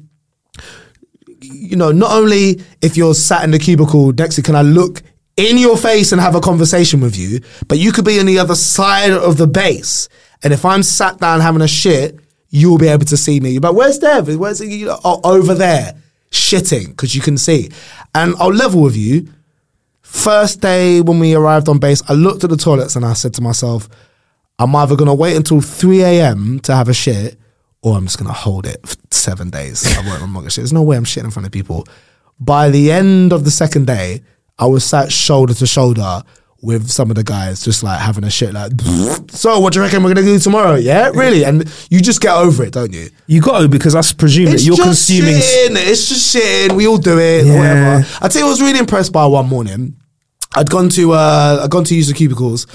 D: you know, not only if you're sat in the cubicle next to, can I look in your face and have a conversation with you, but you could be on the other side of the base. And if I'm sat down having a shit, you'll be able to see me. You're like, where's Dev? Where's he? Oh, over there, shitting, because you can see. And I'll level with you. First day when we arrived on base, I looked at the toilets and I said to myself, I'm either going to wait until 3 a.m. to have a shit or I'm just going to hold it for seven days. I won't, I'm not going to shit. There's no way I'm shitting in front of people. By the end of the second day, I was sat shoulder to shoulder with some of the guys just like having a shit like, so what do you reckon we're going to do tomorrow? Yeah, really? And you just get over it, don't you?
C: You got to because I presume that
D: It's
C: you're
D: just
C: consuming. s-
D: Shitting, it's just shitting. We all do it.
C: Yeah.
D: Whatever. I tell you, I was really impressed by one morning. I'd gone to uh, I'd gone to use the cubicles,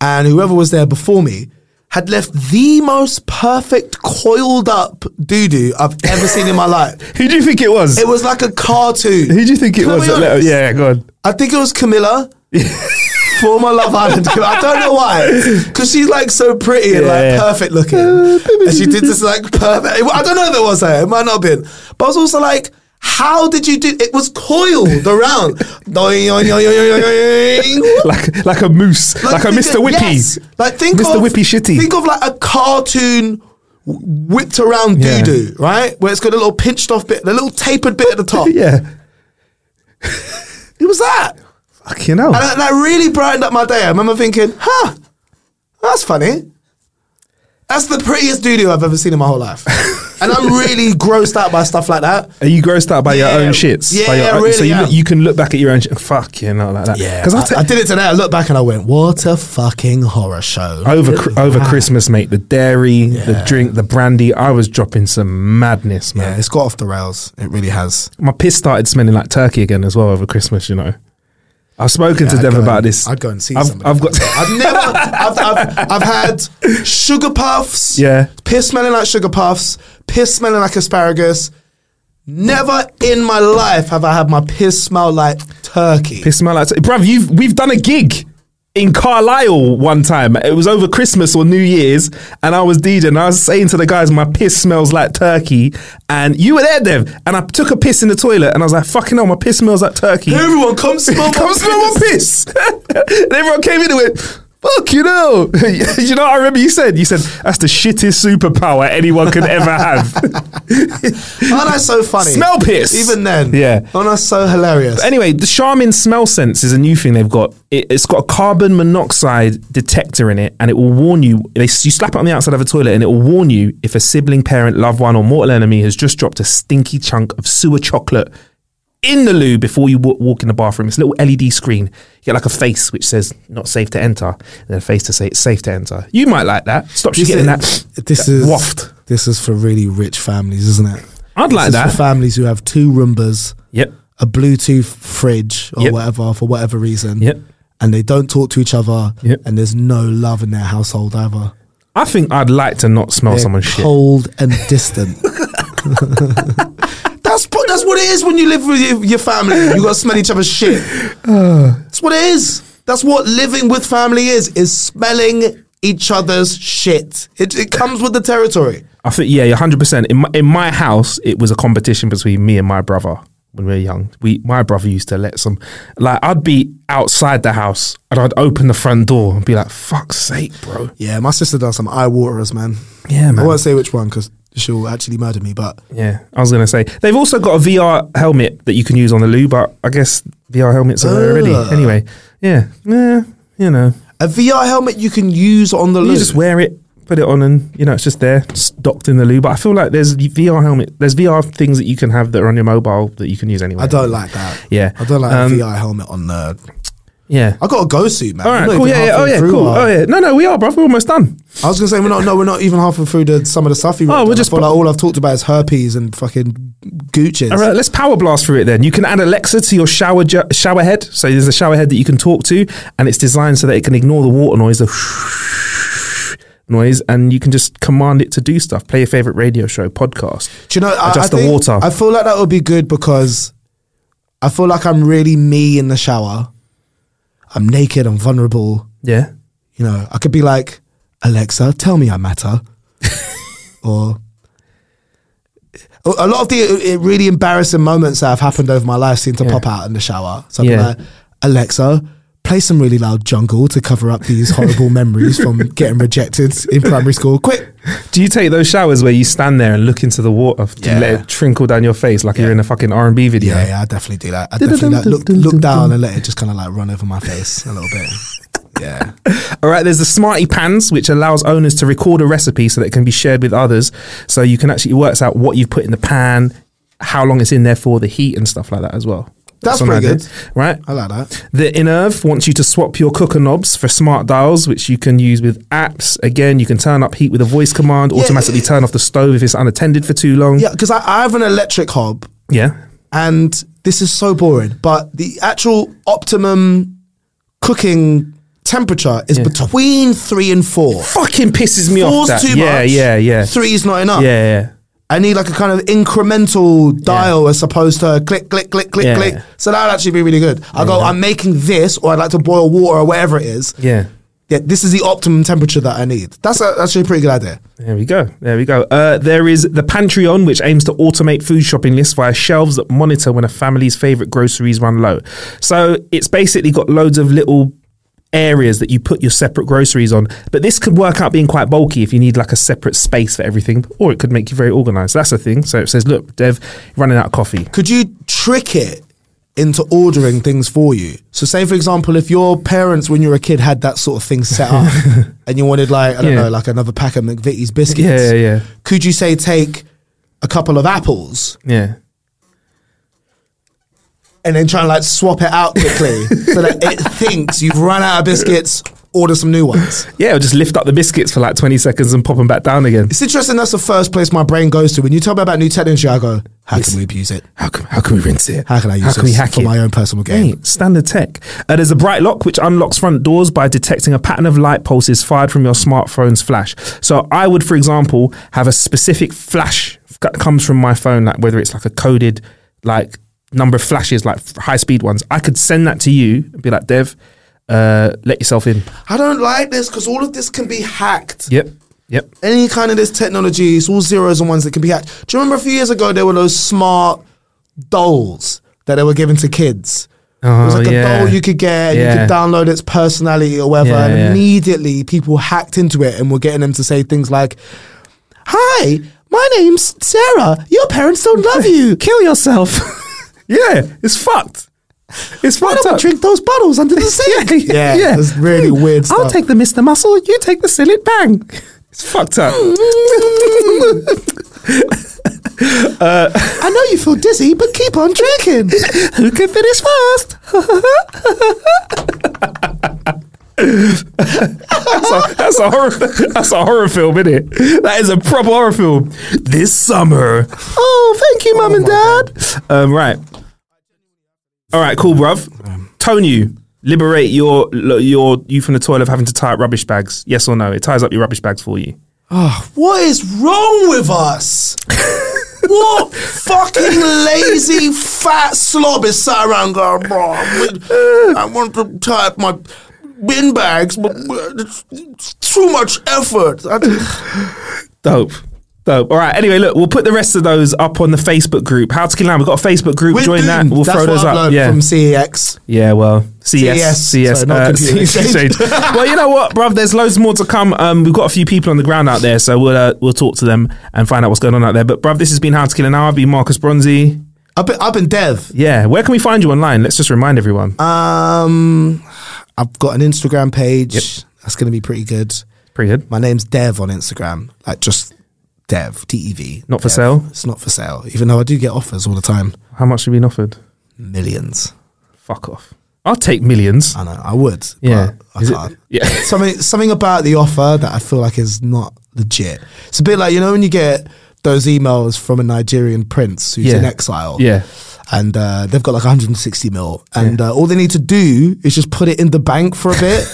D: and whoever was there before me had left the most perfect coiled up doo doo I've ever seen in my life.
C: Who do you think it was?
D: It was like a cartoon.
C: Who do you think it
D: Can I
C: was?
D: be
C: that let-
D: honest?
C: yeah, go on.
D: I think it was Camilla. Former Love Island. Camilla. I don't know why. Because she's like so pretty and
C: Yeah.
D: like perfect looking. and she did this like perfect. I don't know if it was her. It might not have been. But I was also like, how did you do it? was coiled around. Doing, yoing, yoing, yoing, yoing, yoing.
C: Like like a moose, like, a
D: think
C: Mr.
D: of-
C: Whippy.
D: yes. Like think
C: Mr.
D: of,
C: Whippy Shitty.
D: Think of like a cartoon w- whipped around
C: Yeah.
D: doo doo, right? Where it's got a little pinched off bit, the little tapered bit at the top.
C: yeah,
D: It was that.
C: fucking hell.
D: And that, that really brightened up my day. I remember thinking, huh, that's funny. That's the prettiest doo doo I've ever seen in my whole life. and I'm really grossed out by stuff like that.
C: Are you grossed out by
D: Yeah.
C: your own shits?
D: Yeah,
C: by your own, so
D: really
C: you,
D: am.
C: look- you can look back at your own shit. Fuck you know like that.
D: Yeah.
C: because
D: I
C: I t-
D: did it today. I looked back and I went, what a fucking horror show.
C: over cr- over
D: Ah.
C: Christmas, mate. The dairy, the drink, the brandy. I was dropping some madness, man.
D: Yeah, it's got off the rails. It really has.
C: My piss started smelling like turkey again as well over Christmas. You know, I've spoken to
D: I'd
C: Dev
D: go
C: about
D: and-
C: this.
D: I'd go and see
C: I've,
D: somebody.
C: I've got.
D: I've never, I've, I've, I've had sugar puffs,
C: Yeah.
D: piss smelling like sugar puffs, piss smelling like asparagus. Never in my life have I had my piss smell like turkey.
C: Piss smell like bruv. You've we've done a gig in Carlisle one time. It was over Christmas or New Year's, and I was DJing. And I was saying to the guys, my piss smells like turkey, and you were there, Dev. And I took a piss in the toilet, and I was like, fucking hell, my piss smells like turkey.
D: Everyone, come smell my
C: Come smell my piss. and everyone came in and went. Fuck you know, you know. What I remember you said you said that's the shittest superpower anyone could ever have.
D: Aren't I Oh, so funny?
C: Smell piss.
D: Even then.
C: Yeah.
D: Aren't I so hilarious?
C: But anyway, the Charmin Smell Sense is a new thing they've got. It, it's got a carbon monoxide detector in it, and it will warn you. They, you slap it on the outside of a toilet, and it will warn you if a sibling, parent, loved one, or mortal enemy has just dropped a stinky chunk of sewer chocolate in the loo before you w- walk in the bathroom. It's a little LED screen. You get like a face which says "not safe to enter," and then a face to say "it's safe to enter." You might like that. Stop you getting that.
D: This
C: that
D: is
C: waft.
D: This is for really rich families, isn't it?
C: I'd
D: This
C: like
D: is
C: that.
D: for families who have two Roombas,
C: Yep.
D: a Bluetooth fridge or
C: Yep.
D: whatever for whatever reason,
C: Yep.
D: and they don't talk to each other,
C: Yep.
D: and there's no love in their household either.
C: I think I'd like to not smell
D: They're
C: someone's shit.
D: cold and distant. that's what that's what it is when you live with your, your family. You gotta smell each other's shit. that's what it is. That's what living with family is. Is smelling each other's shit. It, it comes with the territory.
C: I think yeah, you're hundred percent. In my, in my house, it was a competition between me and my brother when we were young. We my brother used to let some like I'd be outside the house and I'd open the front door and be like, "Fuck's sake, bro."
D: Yeah, my sister does some eye waterers, man.
C: Yeah, man.
D: I won't say which one because she'll actually murder me. But
C: Yeah, I was gonna say they've also got a VR helmet that you can use on the loo, but I guess VR helmets are there already.
D: Ugh.
C: Anyway, yeah, yeah, you know,
D: a VR helmet you can use on the
C: you
D: loo.
C: just wear it, put it on, and you know it's just there, just docked in the loo. But I feel like there's VR helmet, there's VR things that you can have that are on your mobile that you can use anyway.
D: I don't like that.
C: Yeah.
D: I don't like
C: Um,
D: a VR helmet on the.
C: Yeah.
D: I got a go suit, man.
C: All
D: We're
C: right,
D: not
C: cool.
D: even
C: Yeah, yeah. Oh,
D: halfway
C: yeah,
D: through
C: cool.
D: our-
C: Oh, yeah. No, no, we are, bruv. We're almost done.
D: I was gonna say we're not. No, we're not even halfway through the, some of the stuff you.
C: Oh,
D: Oh,
C: we're
D: we're
C: just
D: just.
C: pro-
D: Like, all I've talked about is herpes and fucking Gucci's.
C: All right, let's power blast through it then. You can add Alexa to your shower ju- shower head. So there's a shower head that you can talk to, and it's designed so that it can ignore the water noise, the noise, and you can just command it to do stuff. Play your favorite radio show, podcast.
D: Do you know? I,
C: Adjust
D: I
C: the
D: think-
C: water.
D: I feel like that would be good because I feel like I'm really me in the shower. I'm naked. I'm vulnerable.
C: yeah.
D: You know, I could be like Alexa, tell me I matter, or. A a lot of the uh, uh, really embarrassing moments that have happened over my life seem to
C: Yeah.
D: pop out in the shower. So I'd be
C: Yeah.
D: like, Alexa, play some really loud jungle to cover up these horrible memories from getting rejected in primary school. Quick.
C: Do you take those showers where you stand there and look into the water to
D: Yeah.
C: let it trinkle down your face like you're in a fucking R and B video?
D: Yeah, yeah, I definitely do that. I definitely like, look, look down and let it just kind of like run over my face a little bit. Yeah.
C: All right, there's the Smarty Pans, which allows owners to record a recipe so that it can be shared with others. So you can actually, it works out what you put in the pan, how long it's in there for, the heat and stuff like that as well.
D: That's
C: one
D: pretty
C: I did,
D: good.
C: Right?
D: I like that.
C: The Inerv wants you to swap your cooker knobs for smart dials, which you can use with apps. Again, you can turn up heat with a voice command, automatically turn off the stove if it's unattended for too long.
D: Yeah, because I, I have an electric hob
C: Yeah.
D: and this is so boring, but the actual optimum cooking temperature is between three and four.
C: Fucking pisses me off
D: Four's
C: that.
D: too
C: Yeah,
D: much.
C: yeah, yeah.
D: Three's not
C: Yeah,
D: enough.
C: yeah.
D: I need like a kind of incremental dial as opposed to click, click, click, click,
C: Yeah.
D: click. So that would actually be really good. I go, I'm making this, or I'd like to boil water or whatever it is.
C: Yeah.
D: Yeah, this is the optimum temperature that I need. That's a, actually a pretty good idea.
C: There we go. There we go. Uh, there is the Pantreon, which aims to automate food shopping lists via shelves that monitor when a family's favorite groceries run low. So it's basically got loads of little areas that you put your separate groceries on. But this could work out being quite bulky if you need like a separate space for everything, or it could make you very organized. That's the thing. So it says, look, Dev, running out of coffee.
D: Could you trick it into ordering things for you? So, say for example, if your parents when you were a kid had that sort of thing set up, and you wanted like I don't
C: Yeah.
D: know, like another pack of McVitie's biscuits.
C: Yeah, yeah, yeah.
D: Could you say take a couple of apples
C: Yeah.
D: and then try and like swap it out quickly so that it thinks you've run out of biscuits, order some new ones.
C: Yeah, or just lift up the biscuits for like 20 seconds and pop them back down again.
D: It's interesting. That's the first place my brain goes to when you tell me about new technology. I go, how can we abuse it?
C: How can, how can we rinse it?
D: How can I use
C: How can we
D: this
C: hack
D: for
C: it?
D: my own personal gain?
C: Mate, standard tech. Uh, there's a bright lock which unlocks front doors by detecting a pattern of light pulses fired from your smartphone's flash. So I would, for example, have a specific flash that comes from my phone, like whether it's like a coded like number of flashes, like high speed ones. I could send that to you and be like, Dev, uh, let yourself in.
D: I don't like this because all of this can be hacked.
C: Yep. Yep.
D: Any kind of this technology, it's all zeros and ones that can be hacked. Do you remember a few years ago there were those smart dolls that they were giving to kids? it was
C: Oh,
D: like a
C: yeah.
D: doll you could get, and you
C: Yeah.
D: could download its personality or whatever,
C: Yeah,
D: and
C: yeah.
D: immediately people hacked into it and were getting them to say things like, Hi, my name's Sarah. Your parents don't love you.
C: Kill yourself. yeah, it's fucked. It's
D: Why
C: fucked
D: don't we
C: up.
D: drink those bottles under the sink?
C: yeah, yeah.
D: It's really
C: Hmm,
D: weird
C: I'll
D: stuff.
C: take the Mr. Muscle, you take the Sillet Bang. It's fucked up. Hmm. Uh,
D: I know you feel dizzy, but keep on drinking.
C: Who can finish first? that's, a, that's a horror. That's a horror film, is it? That is a proper horror film. This summer. Oh, thank you, mum and dad. Um, right. All right, cool, bruv. Tone you. Liberate your your you from the toil of having to tie up rubbish bags. Yes or no? It ties up your rubbish bags for you.
D: What is wrong with us? what fucking lazy fat slob is sat around going, bro, I want to tie up my bin bags, but uh, it's, it's too much effort. I just-
C: Dope. Dope. All right. Anyway, look, we'll put the rest of those up on the Facebook group. How to Kill Land. We've got a Facebook group.
D: We're
C: Join that.
D: doomed.
C: We'll
D: That's
C: throw
D: what
C: those
D: I've
C: up.
D: learned
C: Yeah.
D: from CEX.
C: yeah. Well. CS.
D: CS.
C: CS.
D: Sorry, not
C: uh,
D: computer exchange.
C: well, you know what, bruv? There's loads more to come. Um, we've got a few people on the ground out there, so we'll uh, we'll talk to them and find out what's going on out there. But bruv, this has been How to Kill an Hour. I've been Marcus Bronzy.
D: I've been, I've been dev.
C: Yeah. Where can we find you online? Let's just remind everyone.
D: Um, I've got an Instagram page. That's going to be pretty good.
C: Pretty good.
D: My name's Dev on Instagram. Like just Dev, D E V.
C: Not for
D: Dev.
C: sale?
D: It's not for sale, even though I do get offers all the time.
C: How much have you been offered?
D: Millions.
C: Fuck off. I'll take millions.
D: I know. I would.
C: Yeah.
D: But I
C: Is it-
D: can't.
C: yeah.
D: something something about the offer that I feel like is not legit. It's a bit like you know when you get those emails from a Nigerian prince who's
C: Yeah.
D: in exile.
C: Yeah.
D: And uh, they've got like 160 mil, and uh, all they need to do is just put it in the bank for a bit,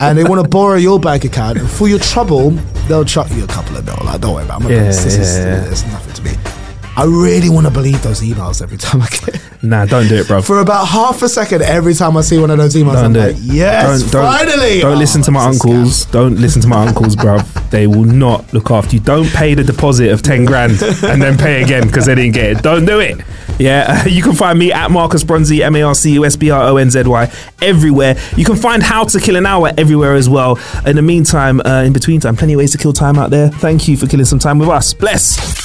D: and they want to borrow your bank account. And for your trouble, they'll chuck you a couple of mil. Like, don't worry about it. I'm not
C: Yeah,
D: doing this. This,
C: yeah,
D: is,
C: yeah.
D: this is nothing to me. I really want to believe those emails every time I get.
C: Nah, don't do it, bro.
D: For about half a second, every time I see one of those emails,
C: Don't
D: I'm
C: do
D: like,
C: it.
D: yes,
C: Don't- don't-
D: finally.
C: Don't
D: Oh,
C: listen to my uncles. Don't listen to my uncles, bruv. They will not look after you. Don't pay the deposit of ten grand and then pay again because they didn't get it. Don't do it. Yeah, you can find me at Marcus Bronzy, M A R C U S B R O N Z Y, everywhere. You can find How to Kill an Hour everywhere as well. In the meantime, uh, in between time, plenty of ways to kill time out there. Thank you for killing some time with us. Bless.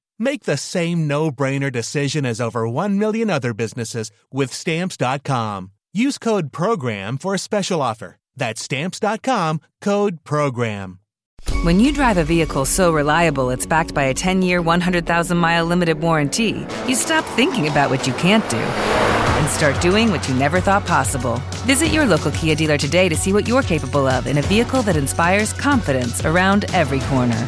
A: Make the same no brainer decision as over 1 million other businesses with stamps.com. Use code PROGRAM for a special offer. That's stamps.com code PROGRAM.
G: When you drive a vehicle so reliable it's backed by a 10 year, 100,000 mile limited warranty, you stop thinking about what you can't do and start doing what you never thought possible. Visit your local Kia dealer today to see what you're capable of in a vehicle that inspires confidence around every corner.